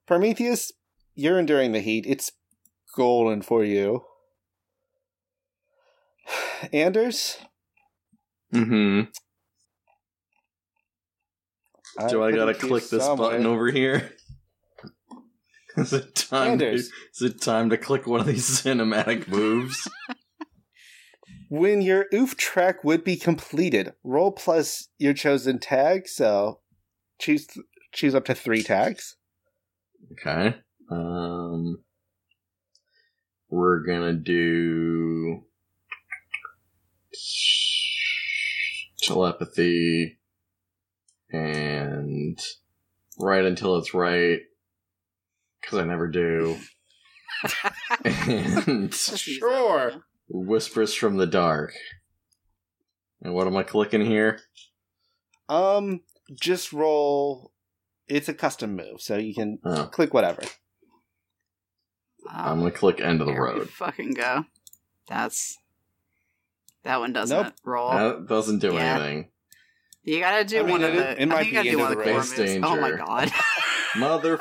Prometheus, you're enduring the heat. It's golden for you. Anders, hmm Do I put gotta it to click this somewhere. button over here? Is it time? To, Anders. is it time to click one of these cinematic moves? When your oof track would be completed, roll plus your chosen tag. So choose choose up to three tags. okay. Um, we're gonna do telepathy and right until it's right because I never do. and Just use Sure. that one. Whispers from the Dark. And what am I clicking here? Um, just roll. It's a custom move, so you can Oh, click whatever. I'm gonna click End of the There we Road. fucking go. That's that one doesn't Nope. roll. That doesn't do Yeah. anything. You gotta do I mean, one of it- the. it might I think you gotta be do into one of the the core race moves. Oh my danger. god!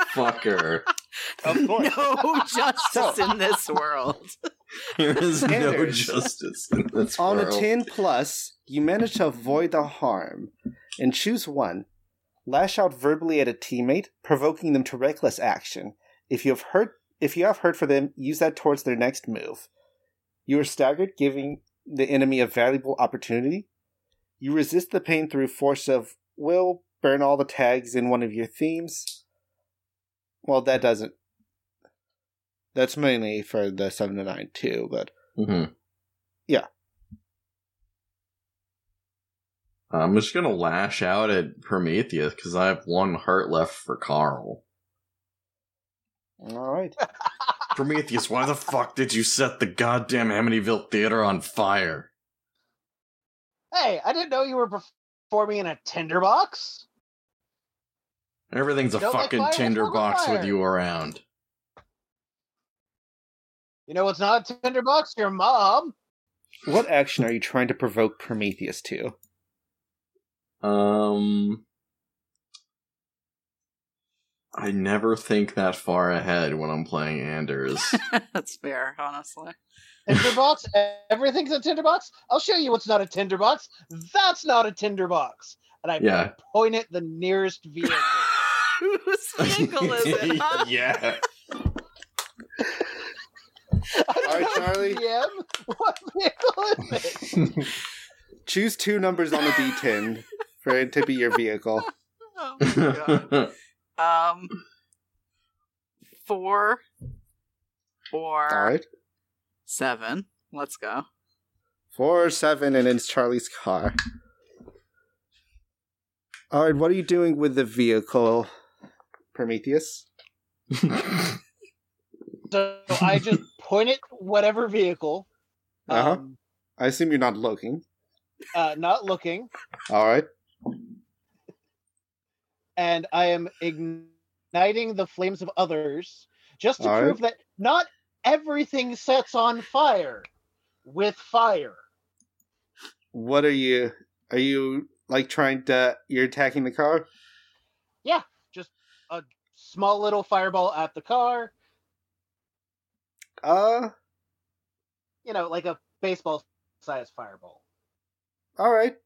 Motherfucker. Of course. no justice in this world. There is no Anders. justice in this On world. a 10 plus, you manage to avoid the harm and choose one. Lash out verbally at a teammate, provoking them to reckless action. If you have hurt if you have hurt for them, use that towards their next move. You are staggered, giving the enemy a valuable opportunity You resist the pain through force of will, burn all the tags in one of your themes. Well, that doesn't. That's mainly for the 7 to 9 too, but Mm-hmm. Yeah. Uh, I'm just gonna lash out at Prometheus because I have one heart left for Carl. alright. Prometheus, why the fuck did you set the goddamn Amityville Theater on fire? Hey, I didn't know you were performing in a tinderbox. Everything's a Don't light fucking fire, don't tinderbox light with fire. you around. You know what's not a tinderbox? Your mom. What action are you trying to provoke Prometheus to? Um, I never think that far ahead when I'm playing Anders. That's fair, honestly. Tinderbox. Everything's a tinderbox. I'll show you what's not a tinderbox. That's not a tinderbox. And I Yeah. point at the nearest vehicle. Whose vehicle is it? huh? yeah. All right, Charlie. DM, what vehicle is it? Choose two numbers on a d10 for it to be your vehicle. Oh my god. Um, four or Alright. seven. Let's go. Four, seven, and it's Charlie's car. Alright, what are you doing with the vehicle, Prometheus? So I just point at whatever vehicle. Uh-huh. Um, I assume you're not looking. uh, not looking, Alright. and I am igniting the flames of others just to All right. prove that not everything sets on fire with fire. What are you are you like trying to you're attacking the car? Small little fireball at the car, Uh you know, like a baseball sized fireball. alright.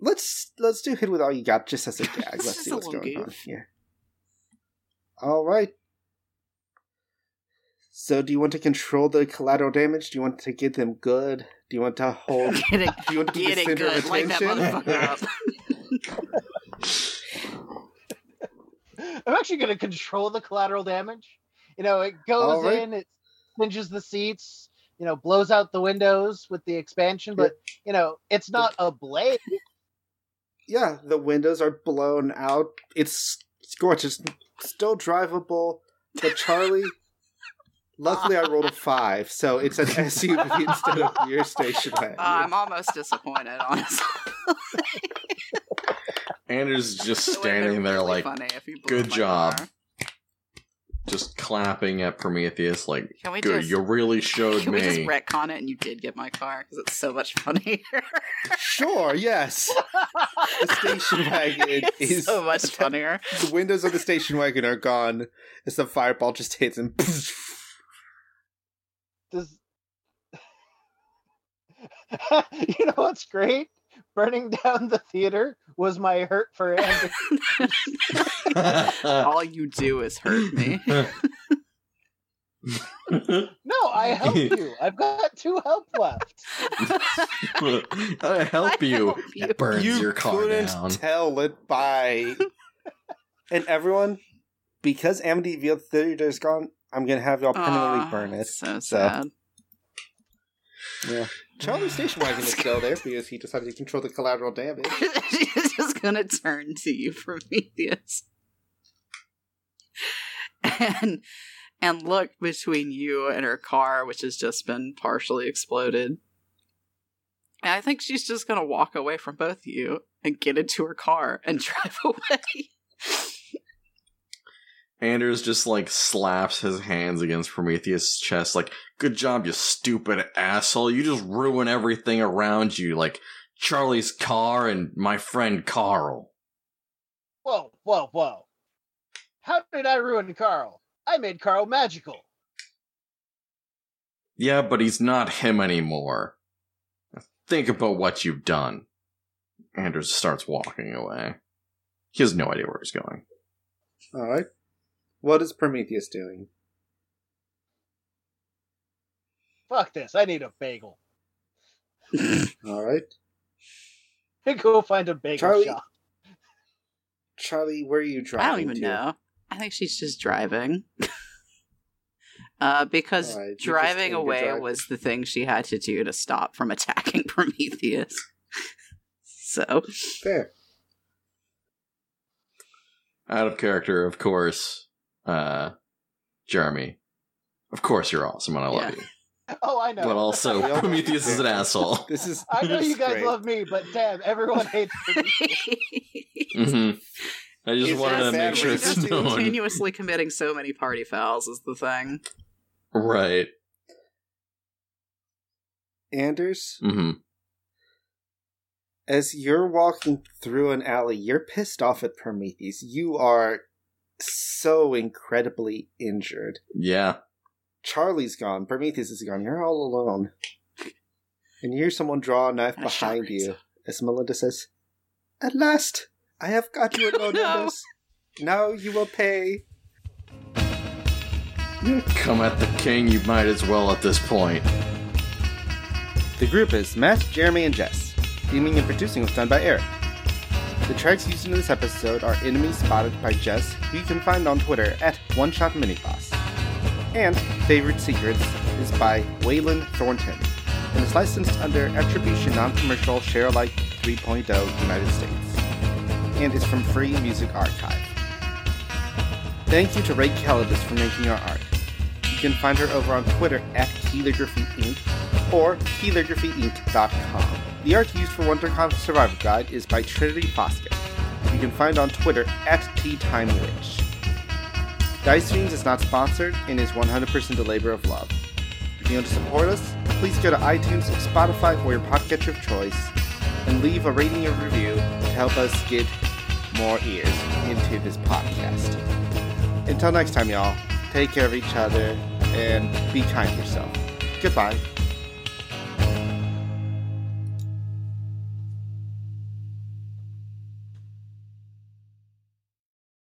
Let's let's do hit with all you got just as a gag. This Let's is see a what's little going on goof. here. Alright. So do you want to control the collateral damage? Do you want to get them good? Do you want to hold Get it, Do you want to be get the it center of good. Light that attention? motherfucker up. I'm actually going to control the collateral damage. You know, it goes All right. in, it singes the seats, you know, blows out the windows with the expansion, but, you know, it's not a blade. yeah, the windows are blown out. It's scorches, still drivable. But Charlie, luckily I rolled a five, so it's an SUV instead of your station wagon. I'm almost disappointed, honestly. Anders is just It would've been standing there really like funny if you blew "Good up my job." car. just clapping at Prometheus like Can we good, just you really showed can me. we just retcon it and you did get my car because it's so much funnier. sure, yes. The station wagon it's is so much funnier. The windows of the station wagon are gone as the fireball just hits and. Does... you know what's great? Burning down the theater was my hurt for Andy. All you do is hurt me. No, I help you. I've got two help left. I help I you. help you. Burns you your car couldn't down. tell it by. and everyone, because Amityville Theater's gone, I'm gonna have y'all permanently Aw, burn it. So sad. Yeah. Charlie's station wagon is still there because he decided to control the collateral damage. She's just gonna turn to you, Prometheus, and and look between you and her car, which has just been partially exploded. And I think she's just gonna walk away from both of you and get into her car and drive away. Anders just like slaps his hands against Prometheus' chest, like, good job, you stupid asshole. You just ruin everything around you, like Charlie's car and my friend Carl. Whoa, whoa, whoa. How did I ruin Carl? I made Carl magical. Yeah, but he's not him anymore. Think about what you've done. Anders starts walking away. He has no idea where he's going. Alright. What is Prometheus doing? Fuck this. I need a bagel. All right. Go find a bagel Charlie- shop. Charlie, where are you driving? I don't even to? know. I think she's just driving. uh, because All right, you just came driving to away drive. was the thing she had to do to stop from attacking Prometheus. so Fair. Out of character, of course. Uh, Jeremy, of course you're awesome and I love Yeah. you. Oh, I know. But also, We all- Prometheus is an asshole. This is. I know this you is guys great. love me, but damn, everyone hates me. hmm I just Is wanted that to bad make sure reason it's to known. continuously committing so many party fouls is the thing. Right. Anders, hmm as you're walking through an alley, you're pissed off at Prometheus. You are so incredibly injured. Yeah. Charlie's gone. Prometheus is gone. You're all alone. And you hear someone draw a knife And a shot behind rings you as Melinda says, At last, I have got you alone, No. Anders. Now you will pay. Come at the king, you might as well at this point. The group is Matt, Jeremy, and Jess. Theming and producing was done by Eric. The tracks used in this episode are Enemies Spotted by Jess, who you can find on Twitter at One Shot Miniboss. And Favorite Secrets is by Waylon Thornton and is licensed under Attribution Non Commercial Share Alike 3.0 United States and is from Free Music Archive. Thank you to Ray Calidus for making our art. You can find her over on Twitter at Calligraphy Inc. or calligraphyinc.com. The art used for WonderCon Survival Guide is by Trinity Foskett. You can find on Twitter at TeaTimeWitch. Dice Fiends is not sponsored and is 100% a labor of love. If you want to support us, please go to iTunes, Spotify, or your podcatcher of choice and leave a rating and review to help us get more ears into this podcast. Until next time, y'all, take care of each other and be kind to yourself. Goodbye.